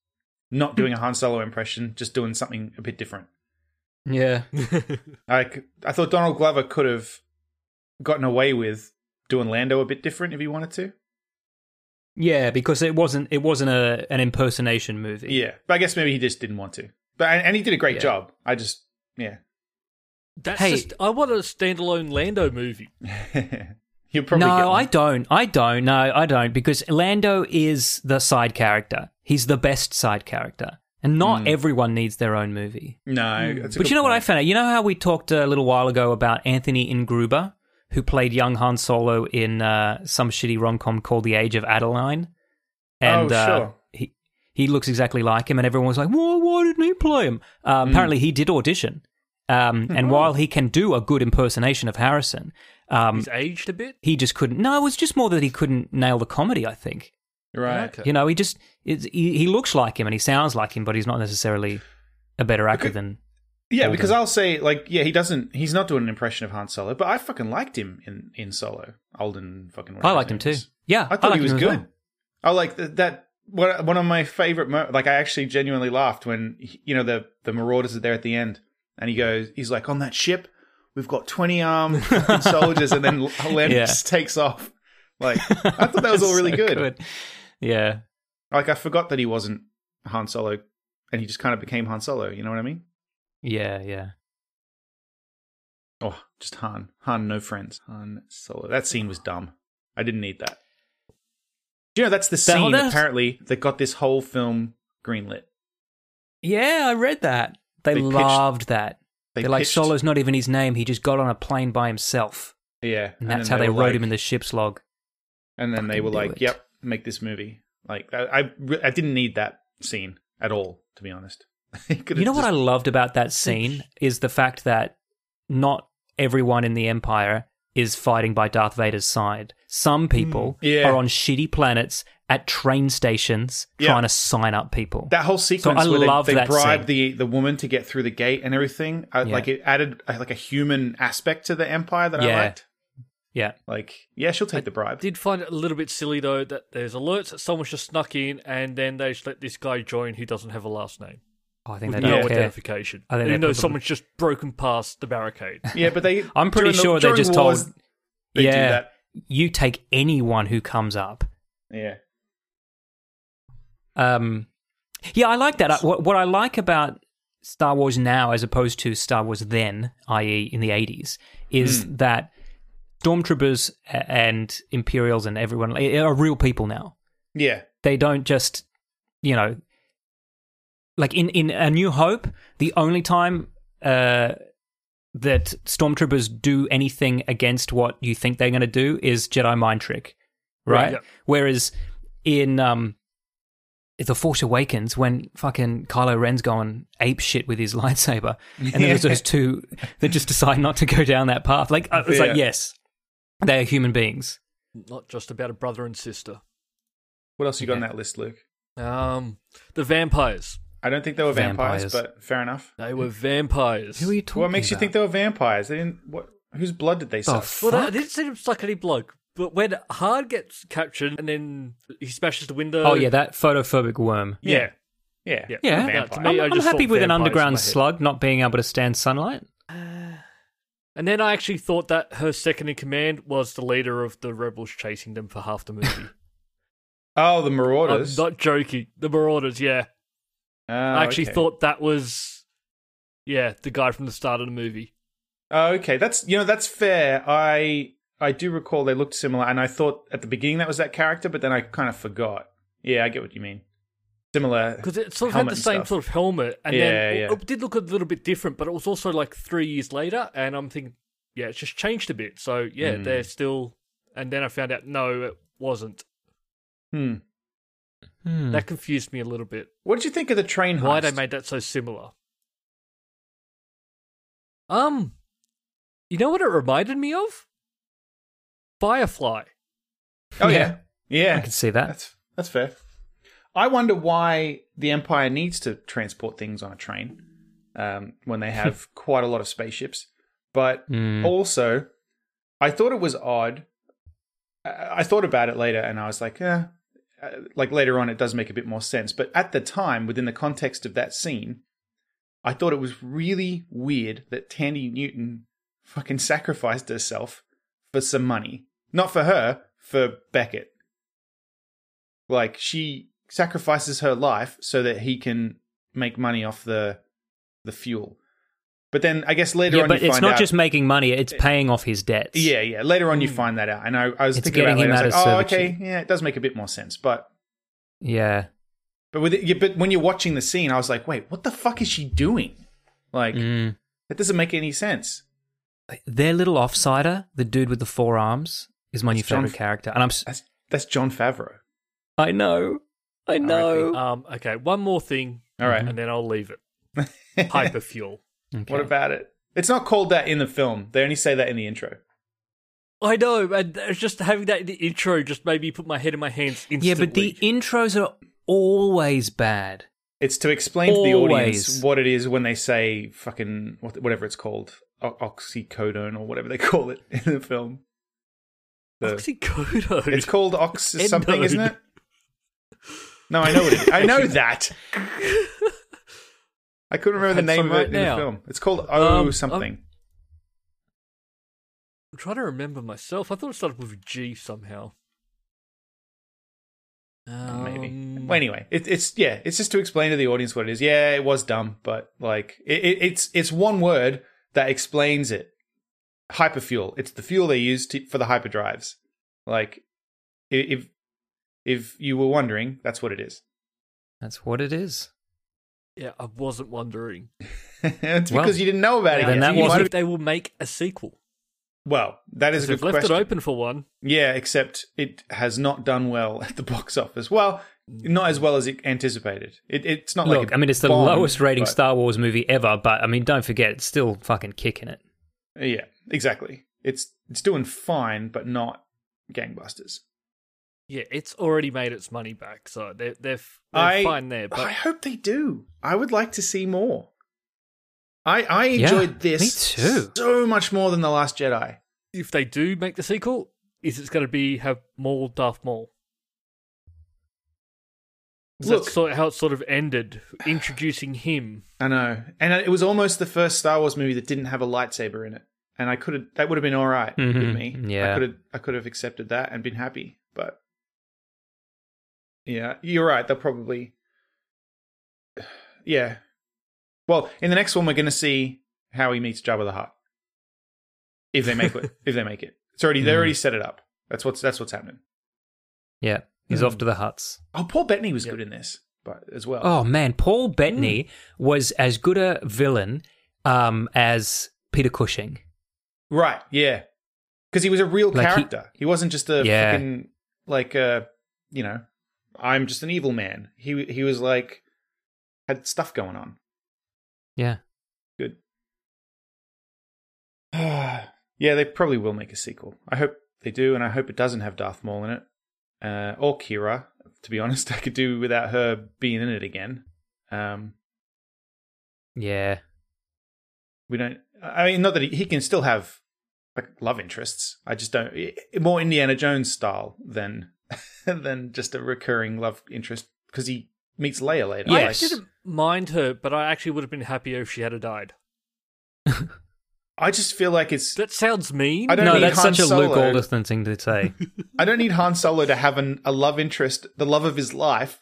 [SPEAKER 3] not doing a Han Solo impression, just doing something a bit different.
[SPEAKER 2] Yeah.
[SPEAKER 3] Like I thought Donald Glover could have gotten away with doing Lando a bit different if he wanted to.
[SPEAKER 2] Yeah, because it wasn't it wasn't a an impersonation movie.
[SPEAKER 3] Yeah. But I guess maybe he just didn't want to. But and, and he did a great
[SPEAKER 2] Yeah.
[SPEAKER 3] job. I just yeah.
[SPEAKER 1] That's
[SPEAKER 2] Hey.
[SPEAKER 1] just, I want a standalone Lando movie.
[SPEAKER 3] You'll probably get
[SPEAKER 2] no,
[SPEAKER 3] one.
[SPEAKER 2] I don't. I don't. No, I don't. Because Lando is the side character. He's the best side character, and not everyone needs their own movie.
[SPEAKER 3] No, Hmm. that's a
[SPEAKER 2] Mm. but
[SPEAKER 3] good
[SPEAKER 2] you know what I
[SPEAKER 3] point.
[SPEAKER 2] found out? You know how we talked a little while ago about Anthony Ingruber, who played young Han Solo in uh, some shitty rom com called The Age of Adeline? And
[SPEAKER 3] Oh,
[SPEAKER 2] uh,
[SPEAKER 3] sure.
[SPEAKER 2] he, he looks exactly like him, and everyone was like, why, why didn't he play him?
[SPEAKER 3] Hmm. Oh.
[SPEAKER 2] Uh, Apparently, he did audition. Um, and while he can do a good impersonation of Harrison, Um,
[SPEAKER 1] He's aged a bit.
[SPEAKER 2] he just couldn't. No, it was just more that he couldn't nail the comedy. I think
[SPEAKER 3] Right.
[SPEAKER 1] Okay.
[SPEAKER 2] you know he just it's, he, he looks like him and he sounds like him, but he's not necessarily a better actor
[SPEAKER 3] Okay.
[SPEAKER 2] than.
[SPEAKER 3] Yeah,
[SPEAKER 2] Older.
[SPEAKER 3] because I'll say like yeah, he doesn't. He's not doing an impression of Han Solo, but I fucking liked him in in Solo. Alden fucking.
[SPEAKER 2] I
[SPEAKER 3] whatever
[SPEAKER 2] liked him
[SPEAKER 3] his
[SPEAKER 2] too.
[SPEAKER 3] name is.
[SPEAKER 2] Yeah,
[SPEAKER 3] I thought
[SPEAKER 2] liked
[SPEAKER 3] he was
[SPEAKER 2] him as
[SPEAKER 3] good.
[SPEAKER 2] well.
[SPEAKER 3] I like th- that. One one of my favorite, mo- like I actually genuinely laughed when he- you know the the Marauders are there at the end, and he goes, he's like, on that ship, we've got twenty armed fucking soldiers, and then Lennox
[SPEAKER 2] Yeah.
[SPEAKER 3] takes off. Like I thought that was all
[SPEAKER 2] So
[SPEAKER 3] really good.
[SPEAKER 2] Yeah,
[SPEAKER 3] Like I forgot that he wasn't Han Solo, and he just kind of became Han Solo. You know what I mean?
[SPEAKER 2] yeah, yeah.
[SPEAKER 3] Oh, just Han. Han, no friends. Han Solo. That scene was dumb. I didn't need that. Do you know that's the
[SPEAKER 2] That-
[SPEAKER 3] scene
[SPEAKER 2] that's-
[SPEAKER 3] apparently that got this whole film greenlit?
[SPEAKER 2] Yeah, I read that. They,
[SPEAKER 3] They pitched-
[SPEAKER 2] loved that.
[SPEAKER 3] They
[SPEAKER 2] They are like
[SPEAKER 3] pitched-
[SPEAKER 2] Solo's not even his name. He just got on a plane by himself,
[SPEAKER 3] Yeah,
[SPEAKER 2] and that's how they, wrote him in the ship's log.
[SPEAKER 3] And then they
[SPEAKER 2] Fucking
[SPEAKER 3] were
[SPEAKER 2] do
[SPEAKER 3] like,
[SPEAKER 2] it.
[SPEAKER 3] "Yep, make this movie." Like I, I, re- I didn't need that scene at all, to be honest. you
[SPEAKER 2] You know what I loved about that scene is the fact that not everyone in the Empire is fighting by Darth Vader's side. Some people
[SPEAKER 3] Hmm. yeah.
[SPEAKER 2] are on shitty planets at train stations
[SPEAKER 3] Yeah.
[SPEAKER 2] trying to sign up people.
[SPEAKER 3] that whole sequence
[SPEAKER 2] I
[SPEAKER 3] where
[SPEAKER 2] love
[SPEAKER 3] they, they
[SPEAKER 2] that
[SPEAKER 3] bribed
[SPEAKER 2] scene.
[SPEAKER 3] the the woman to get through the gate and everything. I,
[SPEAKER 2] Yeah.
[SPEAKER 3] Like it added uh, like a human aspect to the empire that I
[SPEAKER 2] Yeah.
[SPEAKER 3] liked.
[SPEAKER 2] yeah.
[SPEAKER 3] Like, yeah, she'll take the bribe.
[SPEAKER 1] Did find it a little bit silly though that there's alerts that someone's just snuck in and then they just let this guy join who doesn't have a last name
[SPEAKER 2] Oh, I think
[SPEAKER 1] with
[SPEAKER 2] they
[SPEAKER 1] no
[SPEAKER 2] don't care.
[SPEAKER 1] identification.
[SPEAKER 2] I think they
[SPEAKER 1] even though
[SPEAKER 2] put them-
[SPEAKER 1] someone's just broken past the barricade.
[SPEAKER 3] Yeah, but they.
[SPEAKER 2] I'm pretty
[SPEAKER 3] during the-
[SPEAKER 2] sure they
[SPEAKER 3] during
[SPEAKER 2] just
[SPEAKER 3] wars,
[SPEAKER 2] told,
[SPEAKER 3] they do
[SPEAKER 2] yeah,
[SPEAKER 3] that.
[SPEAKER 2] you take anyone who comes up.
[SPEAKER 3] Yeah.
[SPEAKER 2] Um, yeah, I like that. I, what, what I like about Star Wars now, as opposed to Star Wars then, i.e., in the eighties, is that stormtroopers a- and Imperials and everyone i- are real people now.
[SPEAKER 3] Yeah.
[SPEAKER 2] They don't just, you know, like in in A New Hope, the only time. Uh, that stormtroopers do anything against what you think they're going to do is Jedi mind trick, right?
[SPEAKER 1] Right, yeah.
[SPEAKER 2] Whereas in um, the Force Awakens, when fucking Kylo Ren's going ape shit with his lightsaber, and then there's those two that just decide not to go down that path. Like I was
[SPEAKER 3] Yeah.
[SPEAKER 2] like, yes, they are human beings.
[SPEAKER 1] Not just about a brother and sister.
[SPEAKER 3] What else you got on
[SPEAKER 2] Yeah.
[SPEAKER 3] that list, Luke?
[SPEAKER 1] Um, the vampires.
[SPEAKER 3] I don't think they were vampires,
[SPEAKER 2] Vampires.
[SPEAKER 3] but fair enough.
[SPEAKER 1] They were vampires.
[SPEAKER 2] Who are you talking?
[SPEAKER 3] What makes you think
[SPEAKER 2] about? Oh,
[SPEAKER 3] they were vampires? They didn't. What? Whose blood did they
[SPEAKER 2] The
[SPEAKER 3] suck?
[SPEAKER 2] fuck?
[SPEAKER 1] Well, that didn't seem like any bloke. But when Hard gets captured and then he smashes the window.
[SPEAKER 2] oh yeah, that photophobic worm.
[SPEAKER 1] yeah,
[SPEAKER 3] yeah.
[SPEAKER 1] yeah.
[SPEAKER 2] Yeah.
[SPEAKER 1] No,
[SPEAKER 3] Vampire.
[SPEAKER 1] to
[SPEAKER 2] I'm,
[SPEAKER 1] me, I
[SPEAKER 2] I'm
[SPEAKER 1] just
[SPEAKER 2] happy
[SPEAKER 1] thought vampires
[SPEAKER 2] with an
[SPEAKER 1] in my
[SPEAKER 2] underground
[SPEAKER 1] head.
[SPEAKER 2] slug not being able to stand sunlight.
[SPEAKER 1] And then I actually thought that her second in command was the leader of the rebels chasing them for half the movie.
[SPEAKER 3] Oh, the
[SPEAKER 1] I'm
[SPEAKER 3] Marauders.
[SPEAKER 1] not joking. The Marauders, yeah.
[SPEAKER 3] Oh,
[SPEAKER 1] I actually
[SPEAKER 3] okay.
[SPEAKER 1] thought that was, yeah, the guy from the start of the movie.
[SPEAKER 3] Oh, okay, that's you know that's fair. I I do recall they looked similar, and I thought at the beginning that was that character, but then I kind of forgot. Yeah, I get what you mean. Similar.
[SPEAKER 1] Because it sort of
[SPEAKER 3] helmet
[SPEAKER 1] had
[SPEAKER 3] and
[SPEAKER 1] the same
[SPEAKER 3] stuff.
[SPEAKER 1] sort of helmet. And
[SPEAKER 3] Yeah,
[SPEAKER 1] then
[SPEAKER 3] yeah.
[SPEAKER 1] it did look a little bit different, but it was also like three years later. And I'm thinking, yeah, it's just changed a bit. So, yeah,
[SPEAKER 3] Mm.
[SPEAKER 1] they're still. And then I found out, no, it wasn't.
[SPEAKER 3] Hmm.
[SPEAKER 2] Hmm.
[SPEAKER 1] That confused me a little bit.
[SPEAKER 3] What did you think of the train heist?
[SPEAKER 1] Why they made that so similar. Um, you know what it reminded me of? Firefly.
[SPEAKER 3] Oh yeah, yeah.
[SPEAKER 2] I can see that.
[SPEAKER 3] That's that's fair. I wonder why the Empire needs to transport things on a train um, when they have quite a lot of spaceships. But
[SPEAKER 2] Hmm.
[SPEAKER 3] also, I thought it was odd. I I thought about it later, and I was like, eh. Uh, Like later on, it does make a bit more sense. But at the time, within the context of that scene, I thought it was really weird that Tandy Newton fucking sacrificed herself for some money. Not for her, for Beckett. Like she sacrifices her life so that he can make money off the the fuel. But then I guess later
[SPEAKER 2] yeah,
[SPEAKER 3] on
[SPEAKER 2] but
[SPEAKER 3] you
[SPEAKER 2] it's
[SPEAKER 3] find
[SPEAKER 2] not
[SPEAKER 3] out,
[SPEAKER 2] just making money; it's paying off his debts.
[SPEAKER 3] yeah, yeah. Later on, you find that out, and I, I was
[SPEAKER 2] It's
[SPEAKER 3] thinking about it
[SPEAKER 2] getting him
[SPEAKER 3] later. I was
[SPEAKER 2] out
[SPEAKER 3] like,
[SPEAKER 2] of
[SPEAKER 3] oh, okay,
[SPEAKER 2] servitude.
[SPEAKER 3] yeah, it does make a bit more sense. But
[SPEAKER 2] yeah.
[SPEAKER 3] but with it, yeah, but when you're watching the scene, I was like, wait, what the fuck is she doing? Like
[SPEAKER 2] Mm.
[SPEAKER 3] that doesn't make any sense.
[SPEAKER 2] uh, Their little offsider, the dude with the four arms, is my new
[SPEAKER 3] That's John
[SPEAKER 2] favorite
[SPEAKER 3] F-
[SPEAKER 2] character, and I'm. s-
[SPEAKER 3] That's that's John Favreau.
[SPEAKER 2] I know, I know.
[SPEAKER 1] Um, okay, one more thing.
[SPEAKER 3] All right.
[SPEAKER 1] And then I'll leave it. Hyperfuel.
[SPEAKER 2] Okay.
[SPEAKER 3] What about it? It's not called that in the film. They only say that in the intro.
[SPEAKER 1] I know, and it's just having that in the intro just made me put my head in my hands instantly.
[SPEAKER 2] Yeah, but the intros are always bad.
[SPEAKER 3] It's to explain to the audience
[SPEAKER 2] Always.
[SPEAKER 3] what it is when they say fucking what- whatever it's called, o- oxycodone or whatever they call it in the film. The-
[SPEAKER 1] oxycodone.
[SPEAKER 3] it's called ox something,
[SPEAKER 1] Endone.
[SPEAKER 3] isn't it? No, I know it. Is. I know that. I couldn't remember the
[SPEAKER 1] I've had some
[SPEAKER 3] name of it
[SPEAKER 1] right
[SPEAKER 3] in
[SPEAKER 1] now.
[SPEAKER 3] the film. It's called O
[SPEAKER 1] Um,
[SPEAKER 3] something.
[SPEAKER 1] I'm trying to remember myself. I thought it started with a G somehow. Um,
[SPEAKER 3] Uh, maybe. Well, anyway, it, it's yeah, it's just to explain to the audience what it is. Yeah, it was dumb, but like it, it, it's it's one word that explains it. Hyperfuel. It's the fuel they use to, for the hyperdrives. Like i- if if you were wondering, that's what it is.
[SPEAKER 2] That's what it is.
[SPEAKER 1] Yeah, I wasn't wondering.
[SPEAKER 3] it's because
[SPEAKER 2] Well,
[SPEAKER 3] you didn't know about it.
[SPEAKER 2] then
[SPEAKER 3] yet.
[SPEAKER 2] that
[SPEAKER 1] Do you
[SPEAKER 3] You might
[SPEAKER 2] wasn't-
[SPEAKER 1] think
[SPEAKER 3] have-
[SPEAKER 1] they will make a sequel.
[SPEAKER 3] well, that is a
[SPEAKER 1] They've
[SPEAKER 3] good
[SPEAKER 1] left
[SPEAKER 3] question.
[SPEAKER 1] it open for one.
[SPEAKER 3] Yeah, except it has not done well at the box office. Well, not as well as it anticipated. It, it's not like
[SPEAKER 2] Look,
[SPEAKER 3] it
[SPEAKER 2] I mean, it's the
[SPEAKER 3] bombed,
[SPEAKER 2] lowest rating
[SPEAKER 3] but-
[SPEAKER 2] Star Wars movie ever, but I mean, don't forget, it's still fucking kicking it.
[SPEAKER 3] Yeah, exactly. It's it's doing fine, but not gangbusters.
[SPEAKER 1] Yeah, it's already made its money back, so they're they're, f- they're
[SPEAKER 3] I
[SPEAKER 1] fine there. But
[SPEAKER 3] I hope they do. I would like to see more. I I
[SPEAKER 2] Yeah,
[SPEAKER 3] enjoyed this
[SPEAKER 2] me too.
[SPEAKER 3] so much more than the Last Jedi.
[SPEAKER 1] if they do make the sequel, is it's going to be have Maul Darth Maul?
[SPEAKER 3] Look-
[SPEAKER 1] That's sort of how it sort of ended, introducing him.
[SPEAKER 3] I know, and it was almost the first Star Wars movie that didn't have a lightsaber in it, and I could have that would have been all right with
[SPEAKER 2] Mhm,
[SPEAKER 3] me. I
[SPEAKER 2] yeah.
[SPEAKER 3] could have I could have accepted that and been happy, but yeah, you're right. They'll probably yeah. Well, in the next one, we're going to see how he meets Jabba the Hutt. If they make it, if they make it, it's already
[SPEAKER 2] Mm-hmm.
[SPEAKER 3] they already set it up. That's what's that's what's happening.
[SPEAKER 2] Yeah, he's off to the huts.
[SPEAKER 3] Oh, Paul Bettany was good in this, but as well.
[SPEAKER 2] Oh man, Paul Bettany
[SPEAKER 3] Mm.
[SPEAKER 2] was as good a villain um, as Peter Cushing.
[SPEAKER 3] Right, yeah. Because he was a real
[SPEAKER 2] Like, he-
[SPEAKER 3] character. He, wasn't just a
[SPEAKER 2] Yeah.
[SPEAKER 3] fucking like uh you know, I'm just an evil man. He he was like had stuff going on.
[SPEAKER 2] Yeah,
[SPEAKER 3] Good. yeah, they probably will make a sequel. I hope they do, and I hope it doesn't have Darth Maul in it. Uh, or Kira, to be honest. I could do without her being in it again. Um,
[SPEAKER 2] yeah,
[SPEAKER 3] we don't i mean not that he, he can still have like love interests i just don't i- more indiana jones style than than just a recurring love interest because he meets leia later
[SPEAKER 1] I
[SPEAKER 2] Yes.
[SPEAKER 1] didn't mind her, but I actually would have been happier if she had died.
[SPEAKER 3] i I just feel like it's
[SPEAKER 1] That sounds mean.
[SPEAKER 3] I don't
[SPEAKER 2] No,
[SPEAKER 3] need
[SPEAKER 2] that's
[SPEAKER 3] Han
[SPEAKER 2] such a Luke
[SPEAKER 3] Solo.
[SPEAKER 2] Alderson thing to say.
[SPEAKER 3] i don't need han solo to have an, a love interest the love of his life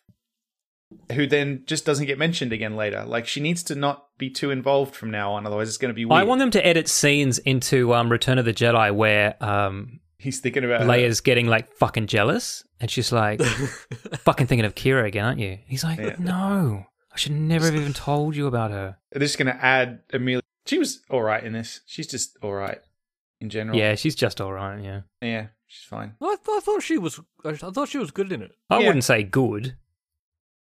[SPEAKER 3] who then just doesn't get mentioned again later like she needs to not be too involved from now on otherwise it's going to be weird
[SPEAKER 2] I want them to edit scenes into um, Return of the Jedi where um,
[SPEAKER 3] he's thinking about her.
[SPEAKER 2] Leia's getting like fucking jealous, and she's like, "Fucking thinking of Kira again, aren't you?" He's like,
[SPEAKER 3] Yeah.
[SPEAKER 2] "No, I should never have even told you about her."
[SPEAKER 3] they're just going to add amelia she was all right in this she's just all right in general
[SPEAKER 2] Yeah, she's just all right. Yeah,
[SPEAKER 3] yeah she's fine
[SPEAKER 1] I, th- I thought she was. I thought she was good in it.
[SPEAKER 2] I
[SPEAKER 3] Yeah.
[SPEAKER 2] wouldn't say good.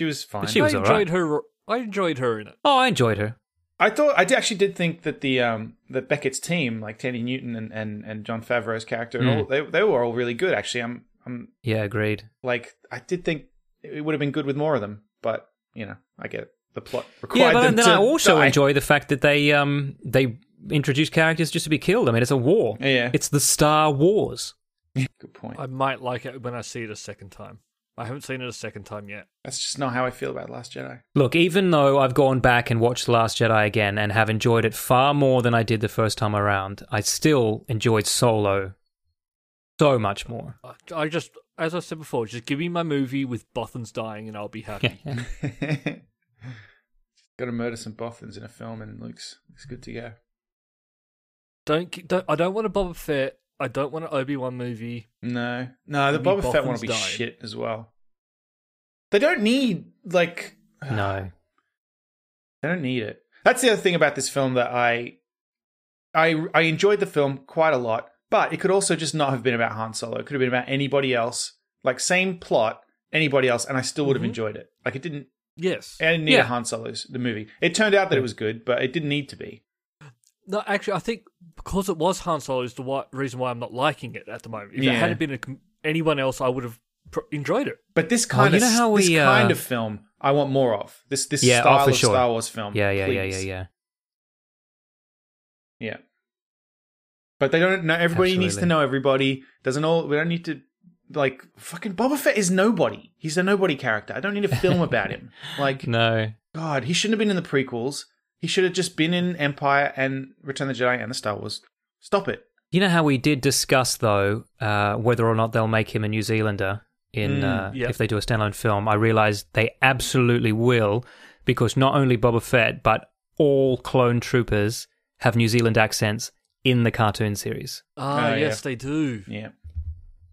[SPEAKER 3] She was fine.
[SPEAKER 2] she was
[SPEAKER 1] I
[SPEAKER 2] all
[SPEAKER 1] enjoyed
[SPEAKER 2] right.
[SPEAKER 1] her. I enjoyed her in it.
[SPEAKER 2] Oh, I enjoyed her.
[SPEAKER 3] I thought I did- actually did think that the um that Beckett's team, like Tandy Newton and and, and John Favreau's character, and
[SPEAKER 2] Mm.
[SPEAKER 3] all they they were all really good. Actually, I'm I'm
[SPEAKER 2] Yeah, agreed.
[SPEAKER 3] like I did think it would have been good with more of them, but you know I get it. the plot required
[SPEAKER 2] Yeah, but
[SPEAKER 3] them
[SPEAKER 2] then
[SPEAKER 3] to
[SPEAKER 2] I also
[SPEAKER 3] die.
[SPEAKER 2] enjoy the fact that they um they introduce characters just to be killed. I mean, it's a war.
[SPEAKER 3] Yeah.
[SPEAKER 2] it's the Star Wars.
[SPEAKER 3] Good point.
[SPEAKER 1] I might like it when I see it a second time. I haven't seen it a second time yet.
[SPEAKER 3] That's just not how I feel about Last Jedi.
[SPEAKER 2] Look, even though I've gone back and watched The Last Jedi again and have enjoyed it far more than I did the first time around, I still enjoyed Solo so much more.
[SPEAKER 1] I, I just, as I said before, just give me my movie with Botham's dying, and I'll be happy.
[SPEAKER 3] Got to murder some Bothans in a film, and Luke's Luke's good to go.
[SPEAKER 1] don't, ki- don't. I don't want a Boba Fett. I don't want an Obi Wan movie.
[SPEAKER 3] No, no, the
[SPEAKER 1] Maybe
[SPEAKER 3] Boba Fett one will
[SPEAKER 1] Bothans
[SPEAKER 3] be
[SPEAKER 1] died.
[SPEAKER 3] shit as well. They don't need like
[SPEAKER 2] no,
[SPEAKER 3] I don't need it. That's the other thing about this film that I, I, I enjoyed the film quite a lot, but it could also just not have been about Han Solo. It could have been about anybody else, like same plot, anybody else, and I still would have
[SPEAKER 1] Mhm.
[SPEAKER 3] enjoyed it. Like it didn't.
[SPEAKER 1] Yes.
[SPEAKER 3] I didn't need a
[SPEAKER 2] Mm-hmm. Yeah.
[SPEAKER 3] Han Solo's the movie. It turned out that it was good, but it didn't need to be.
[SPEAKER 1] No, actually, I think because it was Han Solo is the why, reason why I'm not liking it at the moment. If
[SPEAKER 3] Yeah.
[SPEAKER 1] it had been a, com- anyone else, I would have pr- enjoyed it.
[SPEAKER 3] But this kind
[SPEAKER 2] you
[SPEAKER 3] of
[SPEAKER 2] know how
[SPEAKER 3] this
[SPEAKER 2] we, uh,
[SPEAKER 3] kind of film, I want more of. This this
[SPEAKER 2] Yeah, oh,
[SPEAKER 3] style
[SPEAKER 2] for
[SPEAKER 3] of
[SPEAKER 2] sure.
[SPEAKER 3] Star Wars film.
[SPEAKER 2] Yeah, yeah, yeah, yeah,
[SPEAKER 3] please.
[SPEAKER 2] yeah.
[SPEAKER 3] Yeah. But they don't know. Everybody needs to
[SPEAKER 2] Absolutely.
[SPEAKER 3] know everybody. Doesn't all? We don't need to like fucking Boba Fett is nobody. He's a nobody character. I don't need a film about him. Like
[SPEAKER 2] No,
[SPEAKER 3] God, he shouldn't have been in the prequels. He should have just been in Empire and Return of the Jedi and the Star Wars. Stop it.
[SPEAKER 2] you know how we did discuss though uh, whether or not they'll make him a New Zealander in
[SPEAKER 3] Mm,
[SPEAKER 2] uh,
[SPEAKER 1] yeah.
[SPEAKER 2] if they do a standalone film. I realized they absolutely will because not only Boba Fett but all clone troopers have New Zealand accents in the cartoon series,
[SPEAKER 1] Ah,
[SPEAKER 3] Oh,
[SPEAKER 1] yes,
[SPEAKER 3] yeah.
[SPEAKER 1] they do.
[SPEAKER 3] Yeah.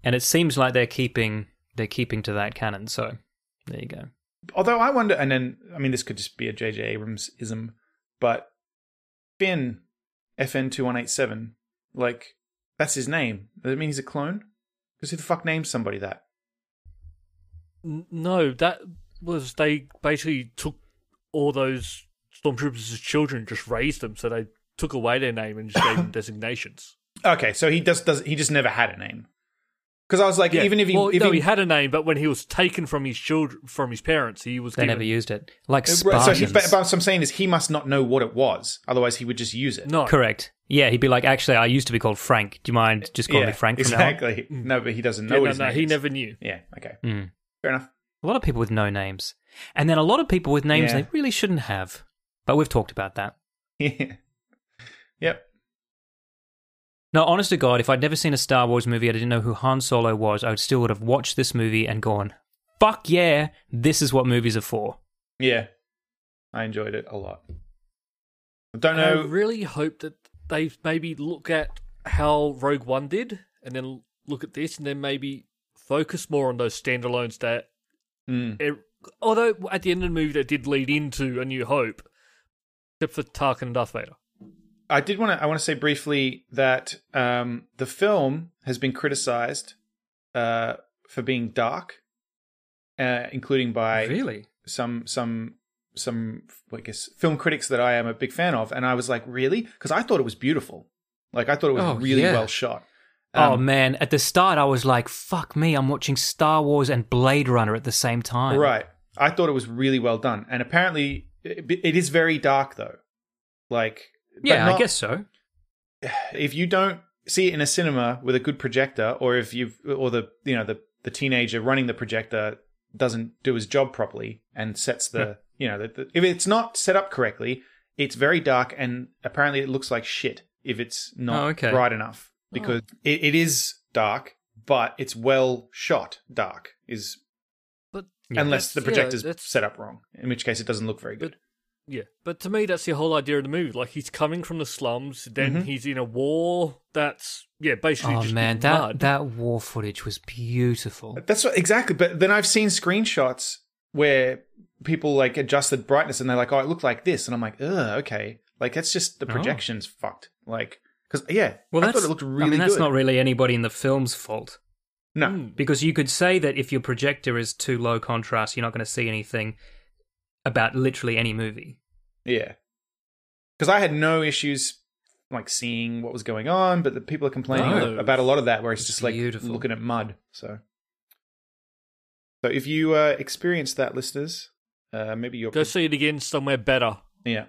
[SPEAKER 2] and it seems like they're keeping they're keeping to that canon. So there you go.
[SPEAKER 3] Although I wonder, and then I mean, this could just be a J.J. Abrams ism, but Finn, FN two one eight seven, like that's his name. Does it mean he's a clone? Because who the fuck names somebody that?
[SPEAKER 1] N- no, that was they basically took all those stormtroopers as children, just raised them, so they took away their name and just gave them designations.
[SPEAKER 3] Okay, so he just does. He just never had a name. Because I was like,
[SPEAKER 1] Yeah,
[SPEAKER 3] even if he,
[SPEAKER 1] well,
[SPEAKER 3] if
[SPEAKER 1] no,
[SPEAKER 3] he,
[SPEAKER 1] he had a name, but when he was taken from his children, from his parents, he was
[SPEAKER 2] They
[SPEAKER 1] given
[SPEAKER 2] never used it. Like
[SPEAKER 3] Uh, Right,
[SPEAKER 2] Spartans.
[SPEAKER 3] so he, but, but what I'm saying is, he must not know what it was. Otherwise, he would just use it.
[SPEAKER 1] no
[SPEAKER 2] Correct. Yeah, he'd be like, actually, I used to be called Frank. Do you mind just calling
[SPEAKER 3] yeah,
[SPEAKER 2] me Frank from now?
[SPEAKER 3] exactly. No, but he doesn't
[SPEAKER 1] Yeah,
[SPEAKER 3] know. what
[SPEAKER 1] no,
[SPEAKER 3] his
[SPEAKER 1] no,
[SPEAKER 3] name
[SPEAKER 1] he
[SPEAKER 3] is.
[SPEAKER 1] never knew.
[SPEAKER 3] Yeah. Okay.
[SPEAKER 2] on? Mm.
[SPEAKER 3] Fair enough.
[SPEAKER 2] A lot of people with no names, and then a lot of people with names
[SPEAKER 3] Yeah.
[SPEAKER 2] they really shouldn't have. But we've talked about that.
[SPEAKER 3] Yeah. yep.
[SPEAKER 2] No, honest to God, if I'd never seen a Star Wars movie, I didn't know who Han Solo was. I would still would have watched this movie and gone, "Fuck yeah, this is what movies are for."
[SPEAKER 3] Yeah. I enjoyed it a lot. I don't
[SPEAKER 1] I
[SPEAKER 3] know.
[SPEAKER 1] really hope that they maybe look at how Rogue One did, and then look at this, and then maybe focus more on those standalones that.
[SPEAKER 3] Mm.
[SPEAKER 1] It, although at the end of the movie, that did lead into A New Hope, except for Tarkin and Darth Vader.
[SPEAKER 3] I did want to. I want to say briefly that um, the film has been criticized uh, for being dark, uh, including by
[SPEAKER 2] Really?
[SPEAKER 3] some some some I guess film critics that I am a big fan of, and I was like, really? Because I thought it was beautiful. Like I thought it was
[SPEAKER 2] Oh,
[SPEAKER 3] really
[SPEAKER 2] yeah.
[SPEAKER 3] well shot.
[SPEAKER 2] oh
[SPEAKER 3] Um,
[SPEAKER 2] man! At the start, I was like, "Fuck me, I'm watching Star Wars and Blade Runner at the same time."
[SPEAKER 3] Right. I thought it was really well done, and apparently it, it is very dark though. Like but
[SPEAKER 2] Yeah, I
[SPEAKER 3] not-
[SPEAKER 2] guess so.
[SPEAKER 3] if you don't see it in a cinema with a good projector, or if you've or the you know the the teenager running the projector doesn't do his job properly and sets the you know the, the, if it's not set up correctly, it's very dark and apparently it looks like shit if it's not
[SPEAKER 2] Oh, okay.
[SPEAKER 3] bright enough because
[SPEAKER 1] Oh.
[SPEAKER 3] it, it is dark, but it's well shot dark is
[SPEAKER 1] But that's-
[SPEAKER 3] unless the
[SPEAKER 1] yeah,
[SPEAKER 3] projector's
[SPEAKER 1] that's-
[SPEAKER 3] set up wrong, in which case it doesn't look very good.
[SPEAKER 1] Yeah, but to me, that's the whole idea of the movie. Like he's coming from the slums, then
[SPEAKER 3] Mhm.
[SPEAKER 1] he's in a war. That's yeah, basically
[SPEAKER 2] Oh
[SPEAKER 1] just
[SPEAKER 2] man, that
[SPEAKER 1] mud.
[SPEAKER 2] that war footage was beautiful.
[SPEAKER 3] That's what, exactly. But then I've seen screenshots where people like adjusted brightness and they're like, "Oh, it looked like this," and I'm like, "Ugh, okay." Like that's just the
[SPEAKER 2] Oh.
[SPEAKER 3] projections fucked. Like because yeah,
[SPEAKER 2] Well,
[SPEAKER 3] I
[SPEAKER 2] that's,
[SPEAKER 3] thought it looked really
[SPEAKER 2] I mean, that's
[SPEAKER 3] good.
[SPEAKER 2] not hmm. really anybody in the film's fault
[SPEAKER 3] no,
[SPEAKER 1] Mm.
[SPEAKER 2] because you could say that if your projector is too low contrast, you're not going to see anything about literally any movie.
[SPEAKER 3] yeah, because I had no issues like seeing what was going on, but the people are complaining
[SPEAKER 2] No.
[SPEAKER 3] about a lot of that where it's just like
[SPEAKER 2] Beautiful.
[SPEAKER 3] looking at mud. So, so if you uh, experience that, listeners, uh, maybe you're
[SPEAKER 1] Go see it again somewhere better.
[SPEAKER 3] yeah,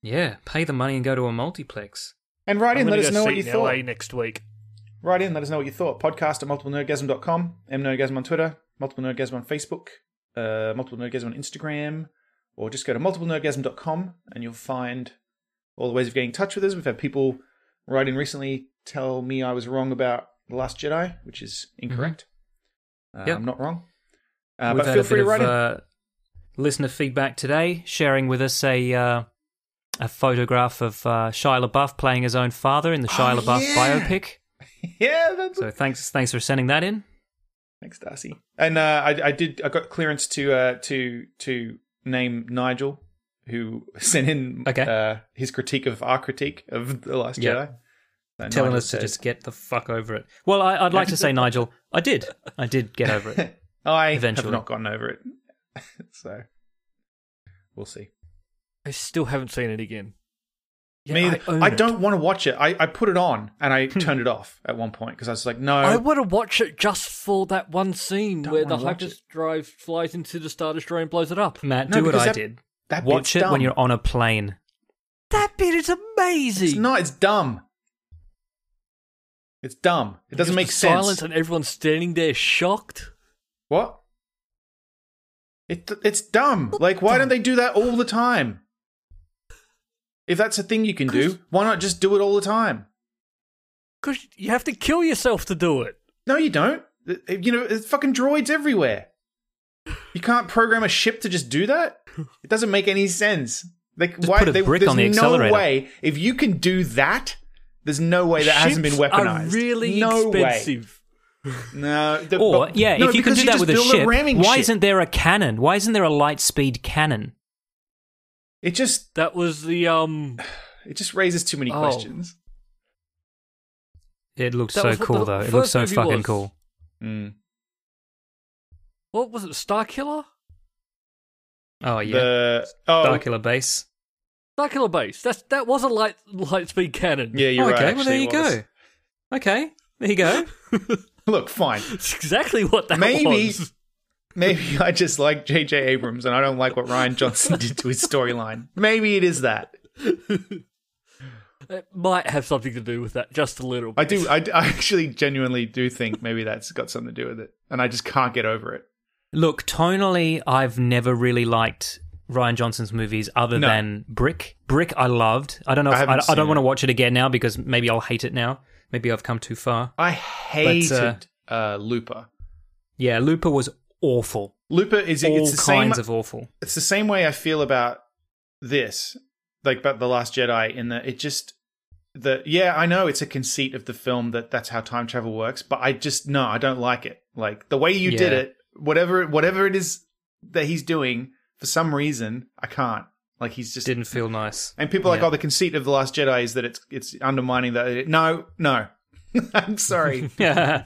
[SPEAKER 2] Yeah, pay the money and go to a multiplex.
[SPEAKER 3] and write
[SPEAKER 1] I'm
[SPEAKER 3] in.
[SPEAKER 1] gonna
[SPEAKER 3] Let us
[SPEAKER 1] go
[SPEAKER 3] know
[SPEAKER 1] see
[SPEAKER 3] what
[SPEAKER 1] it
[SPEAKER 3] you
[SPEAKER 1] in
[SPEAKER 3] thought.
[SPEAKER 1] LA next week.
[SPEAKER 3] Write in, let us know what you thought. Podcast at multiple nerdgasm.com, mnerdgasm on Twitter, multiple nerdgasm on Facebook, uh, multiple nerdgasm on Instagram, or just go to multiple nerdgasm.com and you'll find all the ways of getting in touch with us. We've had people write in recently tell me I was wrong about The Last Jedi, which is incorrect. Uh,
[SPEAKER 2] Mm-hmm. Yep.
[SPEAKER 3] I'm not wrong. Uh,
[SPEAKER 2] We've
[SPEAKER 3] but
[SPEAKER 2] had
[SPEAKER 3] feel
[SPEAKER 2] a
[SPEAKER 3] free
[SPEAKER 2] bit
[SPEAKER 3] to write
[SPEAKER 2] of
[SPEAKER 3] in.
[SPEAKER 2] uh, listener feedback today, sharing with us a uh, a photograph of uh, Shia LaBeouf playing his own father in the Shia
[SPEAKER 3] Oh,
[SPEAKER 2] LaBeouf
[SPEAKER 3] yeah.
[SPEAKER 2] biopic.
[SPEAKER 3] yeah, that's
[SPEAKER 2] So thanks, thanks for sending that in.
[SPEAKER 3] Thanks, Darcy. And uh, I, I did. I got clearance to uh, to to name Nigel, who sent in
[SPEAKER 2] Okay.
[SPEAKER 3] uh, his critique of our critique of the Last
[SPEAKER 2] Yeah.
[SPEAKER 3] Jedi. So
[SPEAKER 2] telling
[SPEAKER 3] Nigel
[SPEAKER 2] us to
[SPEAKER 3] said,
[SPEAKER 2] just get the fuck over it. Well, I, I'd like to say, Nigel, I did. I did get over it.
[SPEAKER 3] "Oh, I
[SPEAKER 2] eventually.
[SPEAKER 3] have not gotten over it, so we'll see.
[SPEAKER 1] I still haven't seen it again. Yeah,
[SPEAKER 3] Me, either.
[SPEAKER 1] I own
[SPEAKER 3] I,
[SPEAKER 1] it.
[SPEAKER 3] don't want to watch it. I, I put it on and I turned it off at one point because I was like, no,
[SPEAKER 1] I want to watch it just for that one scene where the
[SPEAKER 3] wanna watch it. Hmm.
[SPEAKER 1] hyperdrive flies into the Star Destroyer and blows it up.
[SPEAKER 2] Matt,
[SPEAKER 3] No,
[SPEAKER 2] do what
[SPEAKER 3] because
[SPEAKER 2] I
[SPEAKER 3] that-
[SPEAKER 2] did.
[SPEAKER 3] that
[SPEAKER 2] Watch
[SPEAKER 3] bit's
[SPEAKER 2] it
[SPEAKER 3] dumb.
[SPEAKER 2] when you're on a plane.
[SPEAKER 1] That bit is amazing.
[SPEAKER 3] It's not. It's dumb. It's dumb. It doesn't
[SPEAKER 1] Just
[SPEAKER 3] make
[SPEAKER 1] the
[SPEAKER 3] sense.
[SPEAKER 1] Silence and everyone's standing there shocked.
[SPEAKER 3] What? It it's dumb. Like, why don't they do that all the time? If that's a thing you can do, why not just do it all the time?
[SPEAKER 1] Because you have to kill yourself to do it.
[SPEAKER 3] No, you don't. Th- You know, there's fucking droids everywhere. You can't program a ship to just do that. It doesn't make any sense. Like,
[SPEAKER 2] Just
[SPEAKER 3] why?
[SPEAKER 2] put a
[SPEAKER 3] they,
[SPEAKER 2] brick
[SPEAKER 3] there's
[SPEAKER 2] on the
[SPEAKER 3] no
[SPEAKER 2] accelerator.
[SPEAKER 3] way. If you can do that, there's no way that hasn't been
[SPEAKER 1] Ships
[SPEAKER 3] weaponized.
[SPEAKER 1] Are really
[SPEAKER 3] no way.
[SPEAKER 1] expensive.
[SPEAKER 3] No. the-
[SPEAKER 2] Or
[SPEAKER 3] but-
[SPEAKER 2] yeah,
[SPEAKER 3] no,
[SPEAKER 2] if you can
[SPEAKER 3] because
[SPEAKER 2] do that
[SPEAKER 3] just
[SPEAKER 2] with a
[SPEAKER 3] build
[SPEAKER 2] ship,
[SPEAKER 3] ramming
[SPEAKER 2] why
[SPEAKER 3] ship.
[SPEAKER 2] isn't there a cannon? Why isn't there a light speed cannon?
[SPEAKER 3] it just
[SPEAKER 1] That was the um.
[SPEAKER 3] It just raises too many
[SPEAKER 1] Oh.
[SPEAKER 3] questions.
[SPEAKER 2] It looked
[SPEAKER 1] That
[SPEAKER 2] so
[SPEAKER 1] was what
[SPEAKER 2] cool
[SPEAKER 1] the
[SPEAKER 2] though. It
[SPEAKER 1] first
[SPEAKER 2] looked so
[SPEAKER 1] movie
[SPEAKER 2] fucking
[SPEAKER 1] was.
[SPEAKER 2] cool.
[SPEAKER 3] Mm.
[SPEAKER 1] What was it? Star Killer.
[SPEAKER 2] Oh yeah,
[SPEAKER 3] The
[SPEAKER 2] Starkiller
[SPEAKER 3] oh
[SPEAKER 2] base.
[SPEAKER 1] Star Killer base. That's that was a light light speed cannon.
[SPEAKER 3] yeah, you're
[SPEAKER 2] okay,
[SPEAKER 3] right.
[SPEAKER 2] well there
[SPEAKER 3] actually,
[SPEAKER 2] you
[SPEAKER 3] it
[SPEAKER 2] go. Okay, there you go.
[SPEAKER 3] was. Look, fine.
[SPEAKER 1] It's exactly what that
[SPEAKER 3] Maybe-
[SPEAKER 1] was.
[SPEAKER 3] Maybe I just like J.J. Abrams and I don't like what Ryan Johnson did to his storyline. Maybe it is that.
[SPEAKER 1] It might have something to do with that, just a little.
[SPEAKER 3] I
[SPEAKER 1] Bit.
[SPEAKER 3] do. I, I actually genuinely do think maybe that's got something to do with it, and I just can't get over it.
[SPEAKER 2] Look, tonally, I've never really liked Ryan Johnson's movies other
[SPEAKER 3] No.
[SPEAKER 2] than Brick. Brick, I loved. I don't know.
[SPEAKER 3] I
[SPEAKER 2] If, I,
[SPEAKER 3] haven't
[SPEAKER 2] I,
[SPEAKER 3] seen
[SPEAKER 2] don't want to
[SPEAKER 3] it.
[SPEAKER 2] watch it again now because maybe I'll hate it now. Maybe I've come too far.
[SPEAKER 3] I hated uh, Looper.
[SPEAKER 2] Yeah, Looper was awful.
[SPEAKER 3] Looper is
[SPEAKER 2] All
[SPEAKER 3] it's the same.
[SPEAKER 2] kinds of awful.
[SPEAKER 3] it's the same way I feel about this, like about the Last Jedi, in that it just the yeah, I know it's a conceit of the film that that's how time travel works, but I just no, I don't like it. Like the way you did
[SPEAKER 2] Yeah.
[SPEAKER 3] it, whatever whatever it is that he's doing, for some reason I can't. Like he's just
[SPEAKER 2] Didn't feel nice.
[SPEAKER 3] and people are like
[SPEAKER 2] Yeah.
[SPEAKER 3] oh, the conceit of the Last Jedi is that it's it's undermining that. No, no, I'm sorry,
[SPEAKER 2] Yeah.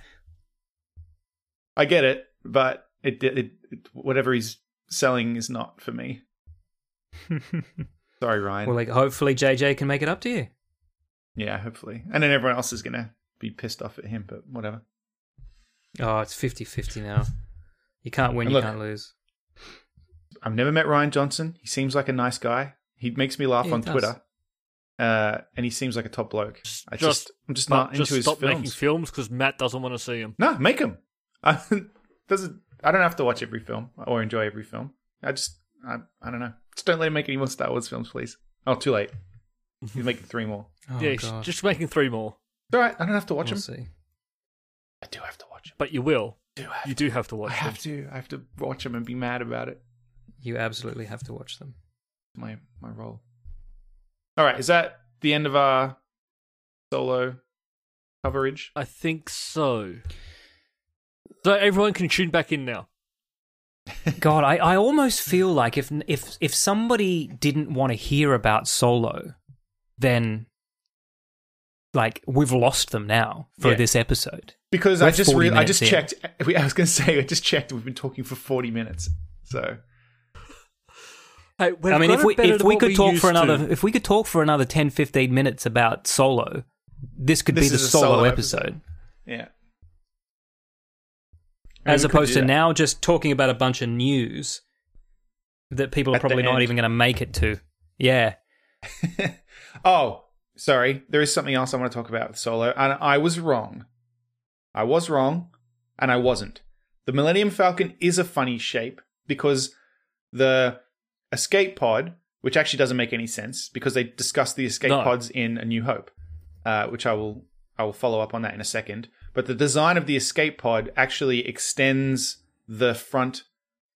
[SPEAKER 3] I get it, but it, it, it whatever he's selling is not for me. Sorry, Ryan.
[SPEAKER 2] well, like hopefully JJ can make it up to you.
[SPEAKER 3] Yeah, hopefully. And then everyone else is going to be pissed off at him, but whatever.
[SPEAKER 2] Oh, it's 50-50 now. You can't win.
[SPEAKER 3] And
[SPEAKER 2] You
[SPEAKER 3] look-
[SPEAKER 2] can't lose.
[SPEAKER 3] I've never met Ryan Johnson. He seems like a nice guy. He makes me laugh
[SPEAKER 2] Yeah, he
[SPEAKER 3] on
[SPEAKER 2] does.
[SPEAKER 3] Twitter. Uh, and he seems like a top bloke. I just,
[SPEAKER 1] Just-
[SPEAKER 3] I'm just
[SPEAKER 1] But
[SPEAKER 3] not
[SPEAKER 1] just
[SPEAKER 3] into his
[SPEAKER 1] stop
[SPEAKER 3] films.
[SPEAKER 1] making films because Matt doesn't want to see them.
[SPEAKER 3] no, make him. I, doesn't, I don't have to watch every film or enjoy every film. I just, I, I don't know. Just don't let him make any more Star Wars films, please. Oh, too late. He's making three more.
[SPEAKER 2] Oh,
[SPEAKER 1] yeah, he's
[SPEAKER 2] God.
[SPEAKER 1] just making three more,
[SPEAKER 3] It's all right. I don't have to watch
[SPEAKER 2] we'll
[SPEAKER 3] him.
[SPEAKER 2] see.
[SPEAKER 3] I do have to watch him.
[SPEAKER 1] but you will.
[SPEAKER 3] I do have
[SPEAKER 1] You
[SPEAKER 3] to.
[SPEAKER 1] do have to watch
[SPEAKER 3] I
[SPEAKER 1] them.
[SPEAKER 3] have to. I have to watch him and be mad about it.
[SPEAKER 2] You absolutely have to watch them.
[SPEAKER 3] my my role. All right, is that the end of our solo coverage?
[SPEAKER 1] I think so. So everyone can tune back in now.
[SPEAKER 2] God, I, I almost feel like if if if somebody didn't want to hear about Solo, then like we've lost them now for
[SPEAKER 3] Yeah.
[SPEAKER 2] this episode.
[SPEAKER 3] Because
[SPEAKER 2] We're
[SPEAKER 3] I just
[SPEAKER 2] 40
[SPEAKER 3] re- I
[SPEAKER 2] minutes
[SPEAKER 3] just
[SPEAKER 2] in.
[SPEAKER 3] checked. I was going to say I just checked. We've been talking for forty minutes, so
[SPEAKER 1] Hey, we've
[SPEAKER 2] I mean,
[SPEAKER 1] got
[SPEAKER 2] if
[SPEAKER 1] it
[SPEAKER 2] we
[SPEAKER 1] better
[SPEAKER 2] if
[SPEAKER 1] than
[SPEAKER 2] we
[SPEAKER 1] what
[SPEAKER 2] could talk
[SPEAKER 1] used
[SPEAKER 2] for another
[SPEAKER 1] to.
[SPEAKER 2] if we could talk for another 10, 15 minutes about Solo, this could
[SPEAKER 3] This
[SPEAKER 2] be the
[SPEAKER 3] is a
[SPEAKER 2] Solo,
[SPEAKER 3] solo
[SPEAKER 2] episode,
[SPEAKER 3] episode. yeah.
[SPEAKER 2] as
[SPEAKER 3] We could
[SPEAKER 2] opposed to
[SPEAKER 3] do that.
[SPEAKER 2] now just talking about a bunch of news that people are
[SPEAKER 3] At the
[SPEAKER 2] probably not
[SPEAKER 3] end.
[SPEAKER 2] even going to make it to. Yeah,
[SPEAKER 3] Oh, sorry. There is something else I want to talk about with Solo, and I was wrong. I was wrong, and I wasn't. The Millennium Falcon is a funny shape because the escape pod, which actually doesn't make any sense because they discuss the escape
[SPEAKER 1] No.
[SPEAKER 3] pods in A New Hope, uh, which I will I will follow up on that in a second. But the design of the escape pod actually extends the front.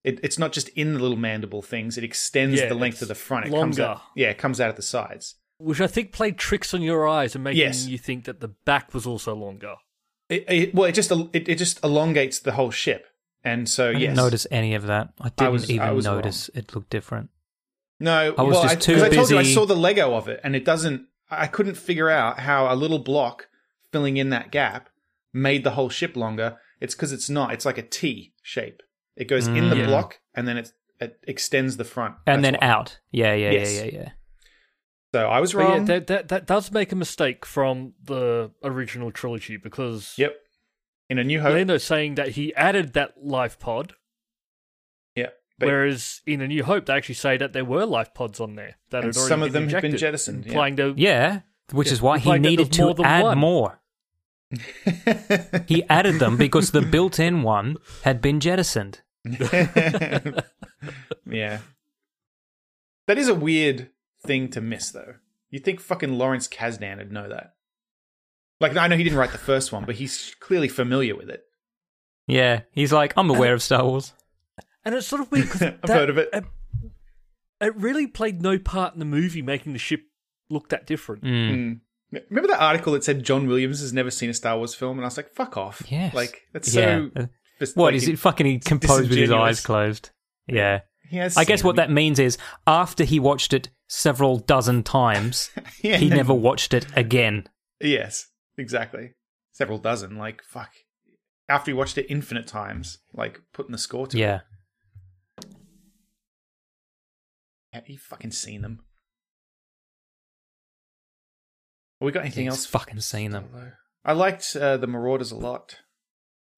[SPEAKER 3] It, it's not just in the little mandible things; it extends
[SPEAKER 1] Yeah,
[SPEAKER 3] the length
[SPEAKER 1] it's
[SPEAKER 3] of the front. It comes
[SPEAKER 1] longer.
[SPEAKER 3] out, yeah, it comes out at the sides.
[SPEAKER 1] which I think played tricks on your eyes and making
[SPEAKER 3] Yes.
[SPEAKER 1] you think that the back was also longer.
[SPEAKER 3] It, it, well, it just it, it just elongates the whole ship, and so
[SPEAKER 2] I
[SPEAKER 3] yes,
[SPEAKER 2] didn't notice any of that. I didn't
[SPEAKER 3] I was- I
[SPEAKER 2] even
[SPEAKER 3] was wrong.
[SPEAKER 2] notice it looked different.
[SPEAKER 3] no.
[SPEAKER 2] I was
[SPEAKER 3] well,
[SPEAKER 2] just
[SPEAKER 3] I,
[SPEAKER 2] too
[SPEAKER 3] 'cause I told you I
[SPEAKER 2] busy-
[SPEAKER 3] saw the Lego of it, and it doesn't. I couldn't figure out how a little block filling in that gap made the whole ship longer. It's because it's not. It's like a T shape. It goes in the
[SPEAKER 2] Mm.
[SPEAKER 3] block, and then it's, it extends the front,
[SPEAKER 2] and
[SPEAKER 3] That's
[SPEAKER 2] then
[SPEAKER 3] why.
[SPEAKER 2] out. Yeah, yeah,
[SPEAKER 3] Yes.
[SPEAKER 2] yeah, yeah, yeah.
[SPEAKER 3] So I was
[SPEAKER 1] But yeah,
[SPEAKER 3] wrong.
[SPEAKER 1] that, that that does make a mistake from the original trilogy because
[SPEAKER 3] yep. In A New Hope.
[SPEAKER 1] Lando's saying that he added that life pod,
[SPEAKER 3] yeah. But
[SPEAKER 1] whereas in A New Hope they actually say that there were life pods on there that
[SPEAKER 3] And
[SPEAKER 1] had already
[SPEAKER 3] some of
[SPEAKER 1] been
[SPEAKER 3] them had been
[SPEAKER 1] injected,
[SPEAKER 3] jettisoned, yeah.
[SPEAKER 1] implying there-
[SPEAKER 2] Yeah, which
[SPEAKER 1] Yeah,
[SPEAKER 2] is why he
[SPEAKER 1] implying that
[SPEAKER 2] needed
[SPEAKER 1] there's
[SPEAKER 2] to
[SPEAKER 1] more than
[SPEAKER 2] add
[SPEAKER 1] one.
[SPEAKER 2] more. he added them because the built-in one had been jettisoned.
[SPEAKER 3] yeah. That is a weird thing to miss, though. You'd think fucking Lawrence Kasdan would know that. Like, I know he didn't write the first one, but he's clearly familiar with it.
[SPEAKER 2] Yeah, he's like, I'm aware of Star Wars.
[SPEAKER 1] and it's sort of weird. 'cause
[SPEAKER 3] I've
[SPEAKER 1] that-
[SPEAKER 3] heard of it.
[SPEAKER 1] It, it really played no part in the movie, making the ship look that different.
[SPEAKER 2] Mm.
[SPEAKER 3] Remember that article that said John Williams has never seen a Star Wars film, and I was like, "Fuck off!"
[SPEAKER 2] Yes.
[SPEAKER 3] like that's
[SPEAKER 2] Yeah.
[SPEAKER 3] so. just
[SPEAKER 2] What
[SPEAKER 3] like,
[SPEAKER 2] is it? Fucking he composed with his
[SPEAKER 3] disingenuous.
[SPEAKER 2] eyes closed. Yeah.
[SPEAKER 3] He has
[SPEAKER 2] I guess
[SPEAKER 3] seen
[SPEAKER 2] what
[SPEAKER 3] it.
[SPEAKER 2] that means is after he watched it several dozen times,
[SPEAKER 3] Yeah.
[SPEAKER 2] he never watched it again.
[SPEAKER 3] Yes, exactly. Several dozen. Like fuck. After you watched it infinite times, like putting the score to
[SPEAKER 2] Yeah.
[SPEAKER 3] it, he fucking seen them. Have we got anything
[SPEAKER 2] He's
[SPEAKER 3] else?
[SPEAKER 2] fucking seen them.
[SPEAKER 3] I liked uh, the Marauders a lot.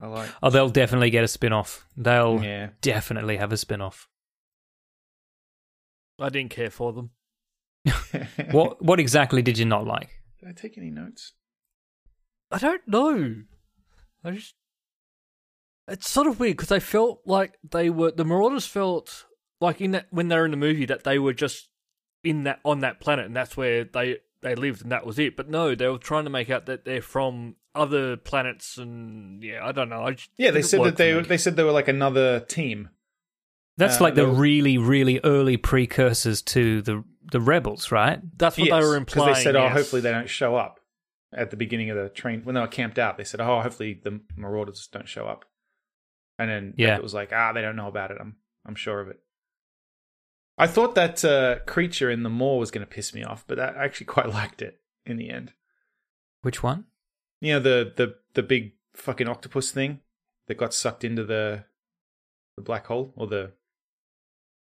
[SPEAKER 3] I like.
[SPEAKER 2] Oh, they'll definitely get a spin off. They'll
[SPEAKER 3] Yeah.
[SPEAKER 2] definitely have a spin off.
[SPEAKER 1] I didn't care for them.
[SPEAKER 2] What what exactly did you not like?
[SPEAKER 3] Did I take any notes?
[SPEAKER 1] I don't know. I just. It's sort of weird because I felt like they were the Marauders felt like in that when they were in the movie that they were just in that on that planet and that's where they they lived and that was it. But no, they were trying to make out that they're from other planets and yeah, I don't know. I just,
[SPEAKER 3] Yeah, they
[SPEAKER 1] didn't
[SPEAKER 3] said
[SPEAKER 1] work
[SPEAKER 3] that
[SPEAKER 1] for
[SPEAKER 3] they
[SPEAKER 1] me.
[SPEAKER 3] they said they were like another team.
[SPEAKER 2] That's
[SPEAKER 3] Uh,
[SPEAKER 2] like the
[SPEAKER 3] they'll-
[SPEAKER 2] really, really early precursors to the the rebels, right?
[SPEAKER 1] that's what they were
[SPEAKER 3] because
[SPEAKER 1] implying.
[SPEAKER 3] they said,
[SPEAKER 1] yes.
[SPEAKER 3] "Oh, hopefully they don't show up." At the beginning of the train, when they were camped out, they said, "Oh, hopefully the marauders don't show up." And then
[SPEAKER 2] Yeah.
[SPEAKER 3] it was like, "Ah, they don't know about it. I'm I'm sure of it." I thought that uh, creature in the moor was going to piss me off, but that, I actually quite liked it in the end.
[SPEAKER 2] Which one?
[SPEAKER 3] You know the the the big fucking octopus thing that got sucked into the the black hole or the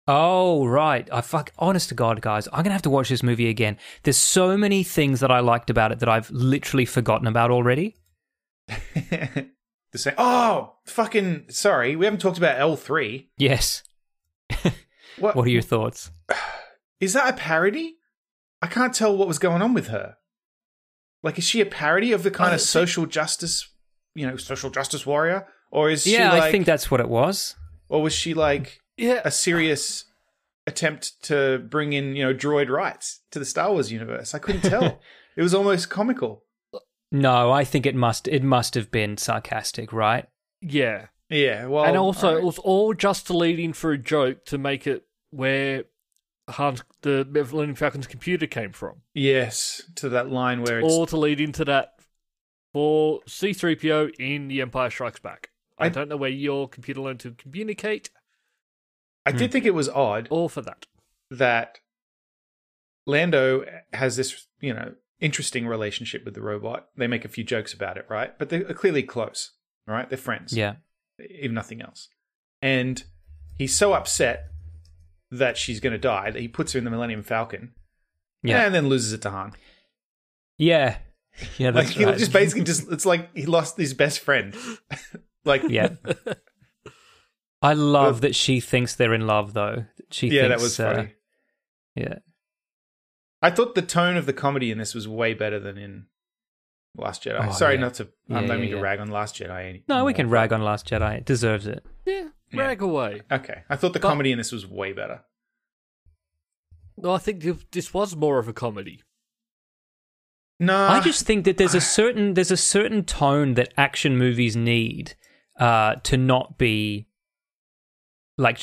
[SPEAKER 2] Oh right. I fuck honest to God, guys, I'm gonna have to watch this movie again. There's so many things that I liked about it that I've literally forgotten about already.
[SPEAKER 3] the same. Oh, fucking sorry, we haven't talked about L three.
[SPEAKER 2] Yes. What are your thoughts?
[SPEAKER 3] Is that a parody? I can't tell what was going on with her. Like, is she a parody of the kind of social justice, you know, social justice warrior, or is
[SPEAKER 2] Yeah,
[SPEAKER 3] she like,
[SPEAKER 2] I think that's what it was.
[SPEAKER 3] or was she like
[SPEAKER 1] yeah,
[SPEAKER 3] a serious attempt to bring in, you know, droid rights to the Star Wars universe? I couldn't tell. it was almost comical.
[SPEAKER 2] No, I think it must it must have been sarcastic, right?
[SPEAKER 1] yeah.
[SPEAKER 3] Yeah, well,
[SPEAKER 1] and also,
[SPEAKER 3] alright.
[SPEAKER 1] it was all just to lead in for a joke to make it where Hans, the Millennium Falcon's computer came from,
[SPEAKER 3] yes, to that line where it's
[SPEAKER 1] or to lead into that for C3PO in The Empire Strikes Back. I,
[SPEAKER 3] I-
[SPEAKER 1] don't know where your computer learned to communicate,
[SPEAKER 3] I
[SPEAKER 2] Hmm.
[SPEAKER 3] did think it was odd
[SPEAKER 1] or for that.
[SPEAKER 3] that Lando has this, you know, interesting relationship with the robot. They make a few jokes about it, right? But they're clearly close, right? They're friends,
[SPEAKER 2] Yeah.
[SPEAKER 3] if nothing else. And he's so upset that she's going to die that he puts her in the Millennium Falcon,
[SPEAKER 2] Yeah.
[SPEAKER 3] and then loses it to Han.
[SPEAKER 2] Yeah. Yeah,
[SPEAKER 3] Like
[SPEAKER 2] that's
[SPEAKER 3] he
[SPEAKER 2] right.
[SPEAKER 3] just basically just it's like he lost his best friend. like
[SPEAKER 2] yeah. I love that she thinks they're in love though. She
[SPEAKER 3] yeah,
[SPEAKER 2] thinks,
[SPEAKER 3] that was
[SPEAKER 2] uh,
[SPEAKER 3] funny.
[SPEAKER 2] yeah.
[SPEAKER 3] I thought the tone of the comedy in this was way better than in Last Jedi.
[SPEAKER 2] Oh,
[SPEAKER 3] Sorry,
[SPEAKER 2] yeah.
[SPEAKER 3] not to.
[SPEAKER 2] Yeah,
[SPEAKER 3] I'm not
[SPEAKER 2] yeah,
[SPEAKER 3] mean to
[SPEAKER 2] yeah.
[SPEAKER 3] rag on Last Jedi. any-
[SPEAKER 2] No, we
[SPEAKER 3] more,
[SPEAKER 2] can
[SPEAKER 3] but-
[SPEAKER 2] rag on Last Jedi. It deserves it.
[SPEAKER 1] Yeah,
[SPEAKER 3] Yeah.
[SPEAKER 1] rag away.
[SPEAKER 3] Okay, I thought the
[SPEAKER 1] But-
[SPEAKER 3] comedy in this was way better.
[SPEAKER 1] No, I think th- this was more of a comedy.
[SPEAKER 3] No,
[SPEAKER 2] I just think that there's a certain there's a certain tone that action movies need uh, to not be like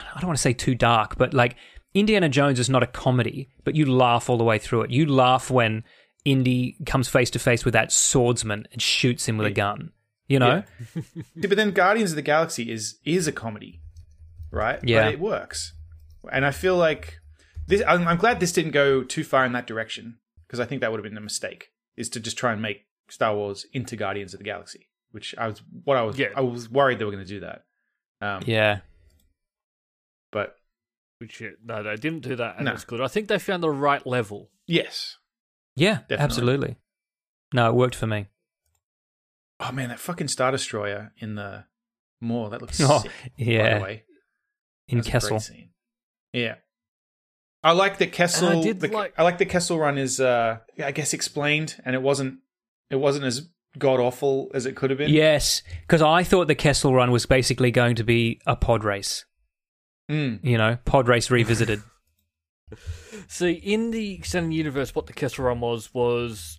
[SPEAKER 2] I don't want to say too dark, but like Indiana Jones is not a comedy, but you laugh all the way through it. You laugh when Indy comes face to face with that swordsman and shoots him with a gun. You know?
[SPEAKER 3] Yeah, but then Guardians of the Galaxy is is a comedy, right?
[SPEAKER 2] Yeah.
[SPEAKER 3] but it works, and I feel like this. I'm, I'm glad this didn't go too far in that direction because I think that would have been a mistake. Is to just try and make Star Wars into Guardians of the Galaxy, which I was what I was
[SPEAKER 1] Yeah.
[SPEAKER 3] I was worried they were going to do that. Um,
[SPEAKER 2] Yeah.
[SPEAKER 3] but
[SPEAKER 1] Which it, no, they didn't do that, and
[SPEAKER 3] No.
[SPEAKER 1] it's good. I think they found the right level.
[SPEAKER 3] Yes.
[SPEAKER 2] Yeah,
[SPEAKER 3] Definitely.
[SPEAKER 2] absolutely. No, it worked for me.
[SPEAKER 3] Oh man, that fucking star destroyer in the moor that looks
[SPEAKER 2] Oh,
[SPEAKER 3] sick. By
[SPEAKER 2] yeah.
[SPEAKER 3] the way.
[SPEAKER 2] In
[SPEAKER 3] That's a great
[SPEAKER 2] Kessel.
[SPEAKER 3] scene. Yeah. I like that Kessel.
[SPEAKER 1] And I did
[SPEAKER 3] the,
[SPEAKER 1] like-
[SPEAKER 3] I like the Kessel run is, uh, I guess, explained, and it wasn't. It wasn't as god awful as it could have been.
[SPEAKER 2] Yes, because I thought the Kessel Run was basically going to be a pod race.
[SPEAKER 3] Mm.
[SPEAKER 2] You know, pod race revisited.
[SPEAKER 1] See, in the extended universe, what the Kessel Run was was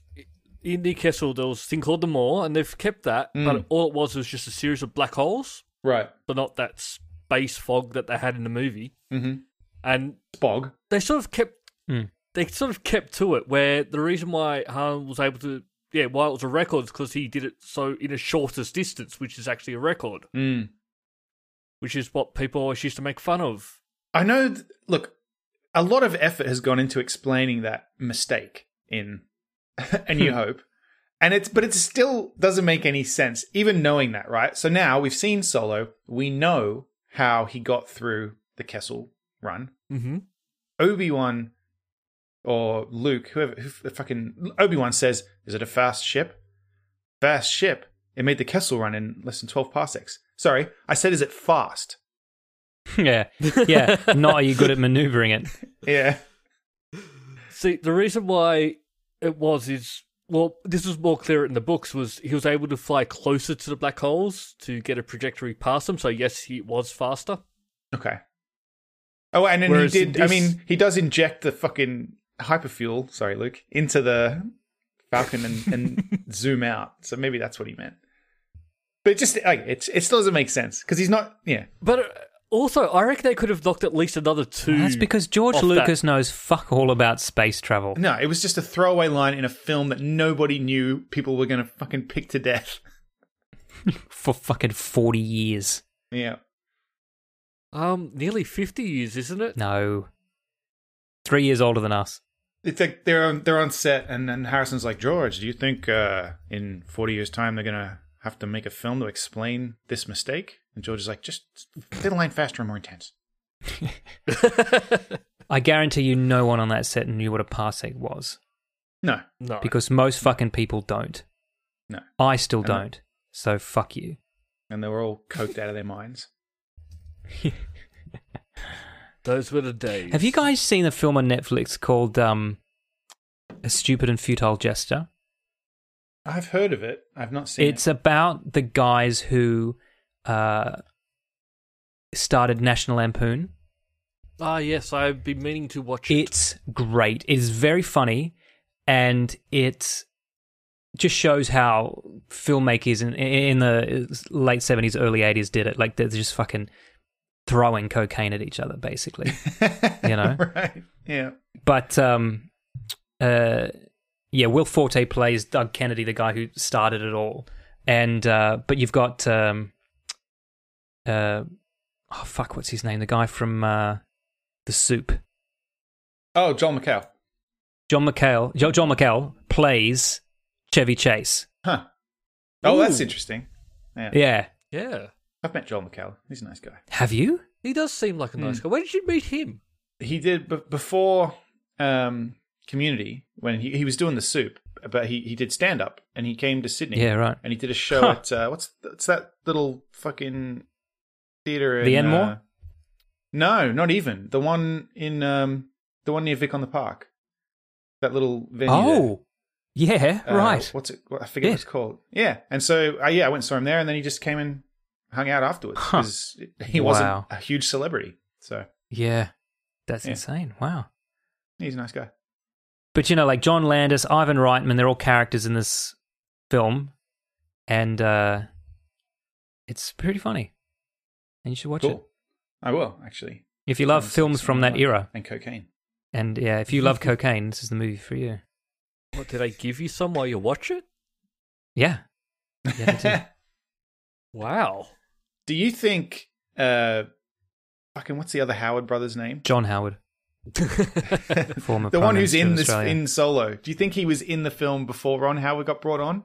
[SPEAKER 1] in the Kessel there was a thing called the Moor, and they've kept that,
[SPEAKER 3] Mm.
[SPEAKER 1] but all it was was just a series of black holes,
[SPEAKER 3] Right.
[SPEAKER 1] but not that space fog that they had in the movie.
[SPEAKER 3] hmm
[SPEAKER 1] And
[SPEAKER 3] Bog.
[SPEAKER 1] they sort of kept
[SPEAKER 2] Mm.
[SPEAKER 1] they sort of kept to it where the reason why Han was able to yeah why it was a record is because he did it so in a shortest distance which is actually a record
[SPEAKER 3] Mm.
[SPEAKER 1] which is what people always used to make fun of
[SPEAKER 3] I know. Th- look, a lot of effort has gone into explaining that mistake in A New Hope, and it's but it still doesn't make any sense, even knowing that, right? So now we've seen Solo. We know how he got through the Kessel Run.
[SPEAKER 1] mm-hmm.
[SPEAKER 3] Obi Wan or Luke, whoever, who f- fucking Obi Wan says, "Is it a fast ship? Fast ship? It made the Kessel Run in less than twelve parsecs." Sorry, I said, "Is it fast?"
[SPEAKER 2] yeah, yeah. Not are you good at maneuvering it?
[SPEAKER 3] Yeah,
[SPEAKER 1] see the reason why it was is well this was more clear in the books was he was able to fly closer to the black holes to get a trajectory past them so yes he was faster
[SPEAKER 3] okay. Oh, and then
[SPEAKER 1] Whereas
[SPEAKER 3] he did. I
[SPEAKER 1] this-
[SPEAKER 3] mean, he does inject the fucking hyperfuel. Sorry, Luke, into the Falcon and, and zoom out. So maybe that's what he meant. But it just like it, it still doesn't make sense because he's not. Yeah,
[SPEAKER 1] but uh, also i reckon they could have knocked at least another two
[SPEAKER 2] That's because George
[SPEAKER 1] off that.
[SPEAKER 2] Lucas knows fuck all about space travel.
[SPEAKER 3] No, it was just a throwaway line in a film that nobody knew people were going to fucking pick to death.
[SPEAKER 2] for fucking 40 years.
[SPEAKER 3] Yeah.
[SPEAKER 1] um nearly 50 years isn't it
[SPEAKER 2] No. Three years older than us.
[SPEAKER 3] It's like they're on, they're on set, and then Harrison's like, George, do you think uh, in 40 years' time they're going to have to make a film to explain this mistake? And George is like, just say the line faster and more intense.
[SPEAKER 2] I guarantee you no one on that set knew what a parsec was
[SPEAKER 3] No.
[SPEAKER 1] no
[SPEAKER 2] because most fucking people don't.
[SPEAKER 3] No.
[SPEAKER 2] I still
[SPEAKER 3] I know.
[SPEAKER 2] don't. So fuck you.
[SPEAKER 3] And they were all coked out of their minds.
[SPEAKER 1] Those were the days.
[SPEAKER 2] Have you guys seen a film on Netflix called um, A Stupid and Futile Jester?
[SPEAKER 3] I've heard of it. I've not seen
[SPEAKER 2] it's
[SPEAKER 3] it.
[SPEAKER 2] about the guys who uh, started National Lampoon.
[SPEAKER 1] Ah, yes, I've been meaning to watch it.
[SPEAKER 2] It's great. It is very funny, and it just shows how filmmakers in in the late seventies, early eighties did it. Like they're just fucking throwing cocaine at each other, basically. you know?
[SPEAKER 3] right. Yeah.
[SPEAKER 2] but um, uh, yeah, Will Forte plays Doug Kennedy, the guy who started it all, and uh, but you've got um, uh, oh fuck, what's his name? The guy from uh, the Soup.
[SPEAKER 3] Oh, Joel McHale.
[SPEAKER 2] John McHale, Jo- John McHale plays Chevy Chase.
[SPEAKER 3] Huh. Oh, that's
[SPEAKER 1] Ooh.
[SPEAKER 3] interesting. Yeah.
[SPEAKER 2] Yeah.
[SPEAKER 1] yeah.
[SPEAKER 3] I've met Joel McHale. He's a nice guy.
[SPEAKER 2] Have you?
[SPEAKER 1] He does seem like a
[SPEAKER 2] Hmm.
[SPEAKER 1] nice guy. Where did you meet him?
[SPEAKER 3] he did but before um community when he, he was doing the soup but he, he did stand up and he came to sydney
[SPEAKER 2] Yeah, right.
[SPEAKER 3] and he did a show
[SPEAKER 2] Huh.
[SPEAKER 3] at uh, what's it's that little fucking theater in,
[SPEAKER 2] The Enmore?
[SPEAKER 3] uh, no not even the one in um the one near vic on the park that little venue there.
[SPEAKER 2] Oh. Yeah,
[SPEAKER 3] Uh,
[SPEAKER 2] right.
[SPEAKER 3] what's it what, i forget
[SPEAKER 2] Yeah.
[SPEAKER 3] what it's called yeah and so uh, yeah i went and saw him there and then he just came and hung out afterwards
[SPEAKER 2] Huh.
[SPEAKER 3] because he wasn't
[SPEAKER 2] Wow.
[SPEAKER 3] a huge celebrity so
[SPEAKER 2] Yeah. That's
[SPEAKER 3] Yeah.
[SPEAKER 2] insane. Wow.
[SPEAKER 3] he's a nice guy
[SPEAKER 2] But you know, like John Landis, Ivan Reitman, they're all characters in this film. And uh it's pretty funny. And you should watch it.
[SPEAKER 3] cool i will actually
[SPEAKER 2] If you love
[SPEAKER 3] Sounds like
[SPEAKER 2] films from
[SPEAKER 3] something
[SPEAKER 2] that
[SPEAKER 3] I like.
[SPEAKER 2] era.
[SPEAKER 3] And cocaine.
[SPEAKER 2] And yeah, if you love cocaine, this is the movie for you.
[SPEAKER 1] What did I give you some while you watch it?
[SPEAKER 2] Yeah. Yeah, they do.
[SPEAKER 1] Wow.
[SPEAKER 3] Do you think uh fucking what's the other Howard brother's name?
[SPEAKER 2] John Howard, former
[SPEAKER 3] the
[SPEAKER 2] Prime
[SPEAKER 3] one who's
[SPEAKER 2] Minister
[SPEAKER 3] in
[SPEAKER 2] of
[SPEAKER 3] this
[SPEAKER 2] Australia.
[SPEAKER 3] in solo. Do you think he was in the film before Ron Howard got brought on?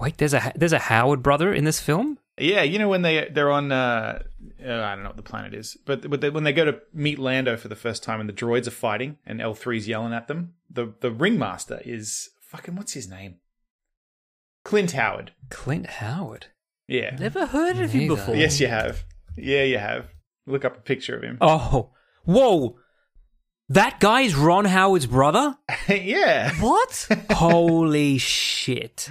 [SPEAKER 2] Wait, there's a there's a Howard brother in this film?
[SPEAKER 3] Yeah, you know when they they're on uh, uh, I don't know what the planet is, but but they, when they go to meet Lando for the first time and the droids are fighting and L 3s yelling at them, the the ringmaster is fucking what's his name? Clint Howard.
[SPEAKER 2] Clint Howard.
[SPEAKER 3] Yeah.
[SPEAKER 1] Never heard of him
[SPEAKER 2] Neither.
[SPEAKER 1] before.
[SPEAKER 3] Yes, you have. Yeah, you have. Look up a picture of him.
[SPEAKER 2] Oh, whoa! That guy is Ron Howard's brother.
[SPEAKER 3] yeah.
[SPEAKER 1] What?
[SPEAKER 2] Holy shit!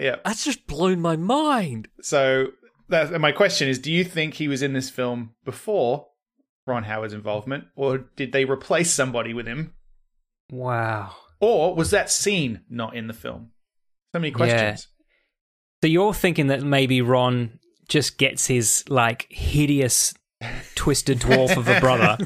[SPEAKER 3] Yeah.
[SPEAKER 1] That's just blown my mind.
[SPEAKER 3] So that, my question is: Do you think he was in this film before Ron Howard's involvement, or did they replace somebody with him,
[SPEAKER 2] Wow.
[SPEAKER 3] or was that scene not in the film? So many questions.
[SPEAKER 2] So you're thinking that maybe Ron just gets his like hideous twisted dwarf of a brother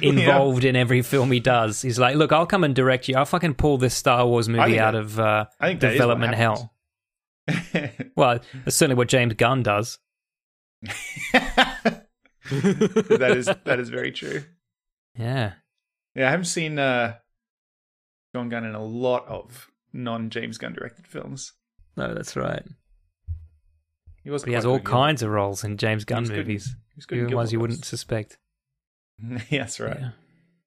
[SPEAKER 2] involved in every film he does. He's like, look, I'll come and direct you. I'll fucking pull this Star Wars
[SPEAKER 3] I
[SPEAKER 2] movie
[SPEAKER 3] think
[SPEAKER 2] out
[SPEAKER 3] that-
[SPEAKER 2] of uh,
[SPEAKER 3] I think that is what
[SPEAKER 2] development
[SPEAKER 3] happens.
[SPEAKER 2] hell. Well, that's certainly what James Gunn does.
[SPEAKER 3] that is that is very true.
[SPEAKER 2] Yeah.
[SPEAKER 3] Yeah, I haven't seen uh, John Gunn in a lot of non James Gunn directed films.
[SPEAKER 2] No, that's right.
[SPEAKER 3] He was.
[SPEAKER 2] But he has
[SPEAKER 3] quite
[SPEAKER 2] all
[SPEAKER 3] good in-
[SPEAKER 2] kinds of roles in James Gunn
[SPEAKER 3] He's good in-
[SPEAKER 2] movies,
[SPEAKER 3] he's good in
[SPEAKER 2] even ones
[SPEAKER 3] Gilmore
[SPEAKER 2] you
[SPEAKER 3] Girls.
[SPEAKER 2] wouldn't suspect.
[SPEAKER 3] yes, right.
[SPEAKER 2] Yeah.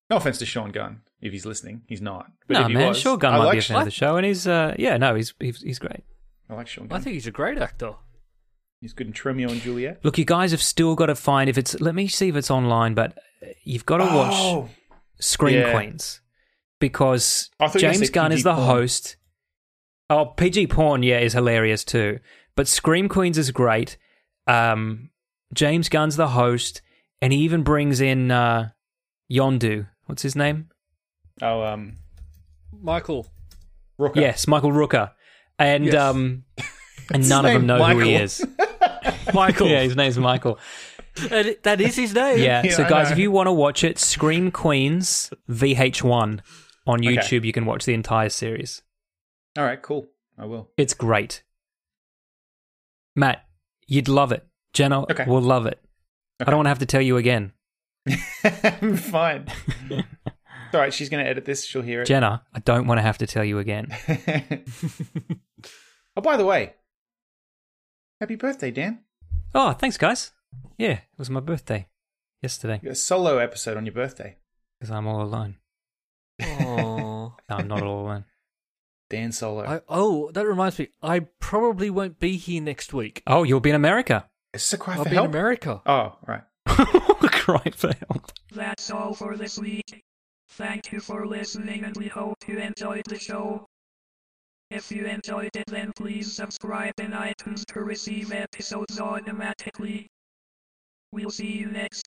[SPEAKER 3] No offense to Sean Gunn, if he's listening, he's not. But
[SPEAKER 2] No,
[SPEAKER 3] if he
[SPEAKER 2] man,
[SPEAKER 3] was,
[SPEAKER 2] sure Gunn
[SPEAKER 3] I
[SPEAKER 2] might
[SPEAKER 3] like,
[SPEAKER 2] be a fan of the show, and he's uh, yeah, no, he's he's, he's great.
[SPEAKER 3] I like Sean
[SPEAKER 1] I
[SPEAKER 3] Gunn.
[SPEAKER 1] think he's a great actor.
[SPEAKER 3] he's good in Tromeo and Juliet.
[SPEAKER 2] Look, you guys have still got to find if it's. Let me see if it's online, but you've got to watch
[SPEAKER 3] Oh,
[SPEAKER 2] Scream
[SPEAKER 3] yeah.
[SPEAKER 2] Queens because
[SPEAKER 3] I thought you were gonna
[SPEAKER 2] James
[SPEAKER 3] say
[SPEAKER 2] Gunn
[SPEAKER 3] PG
[SPEAKER 2] is the
[SPEAKER 3] porn.
[SPEAKER 2] host. Oh, PG porn, yeah, is hilarious too. But Scream Queens is great. Um, James Gunn's the host, and he even brings in uh, Yondu. What's his name?
[SPEAKER 3] oh, um,
[SPEAKER 1] Michael.
[SPEAKER 3] Rooker.
[SPEAKER 2] Yes, Michael Rooker, and
[SPEAKER 1] Yes.
[SPEAKER 2] um, and none of them
[SPEAKER 3] name
[SPEAKER 2] know who he
[SPEAKER 3] Michael.
[SPEAKER 2] is.
[SPEAKER 1] Michael.
[SPEAKER 2] yeah, his name's Michael.
[SPEAKER 1] That i- that is his name.
[SPEAKER 2] Yeah.
[SPEAKER 3] Yeah,
[SPEAKER 2] so,
[SPEAKER 3] I
[SPEAKER 2] guys,
[SPEAKER 3] know.
[SPEAKER 2] if you want to watch it, Scream Queens VH1 on
[SPEAKER 3] Okay.
[SPEAKER 2] YouTube, you can watch the entire series.
[SPEAKER 3] All right, cool. I will.
[SPEAKER 2] It's great. Matt, you'd love it. Jenna
[SPEAKER 3] Okay.
[SPEAKER 2] will love it. I
[SPEAKER 3] Okay.
[SPEAKER 2] don't want to have to tell you again.
[SPEAKER 3] I'm fine. it's all right. She's going to edit this. She'll hear it.
[SPEAKER 2] Jenna, I don't want to have to tell you again.
[SPEAKER 3] oh, by the way, happy birthday, Dan.
[SPEAKER 2] Oh, thanks, guys. Yeah, it was my birthday yesterday
[SPEAKER 3] You got a solo episode on your birthday.
[SPEAKER 2] because I'm all alone.
[SPEAKER 1] Aw.
[SPEAKER 2] No, I'm not all alone.
[SPEAKER 3] Dan Solo.
[SPEAKER 1] I, oh, that reminds me. I probably won't be here next week.
[SPEAKER 2] Oh, you'll be in America.
[SPEAKER 3] Is this a cry
[SPEAKER 1] I'll
[SPEAKER 3] for
[SPEAKER 1] be
[SPEAKER 3] help?
[SPEAKER 1] in America.
[SPEAKER 3] Oh, right.
[SPEAKER 2] Cry for help.
[SPEAKER 5] That's all for this week. Thank you for listening and we hope you enjoyed the show. If you enjoyed it then please subscribe in iTunes to receive episodes automatically. We'll see you next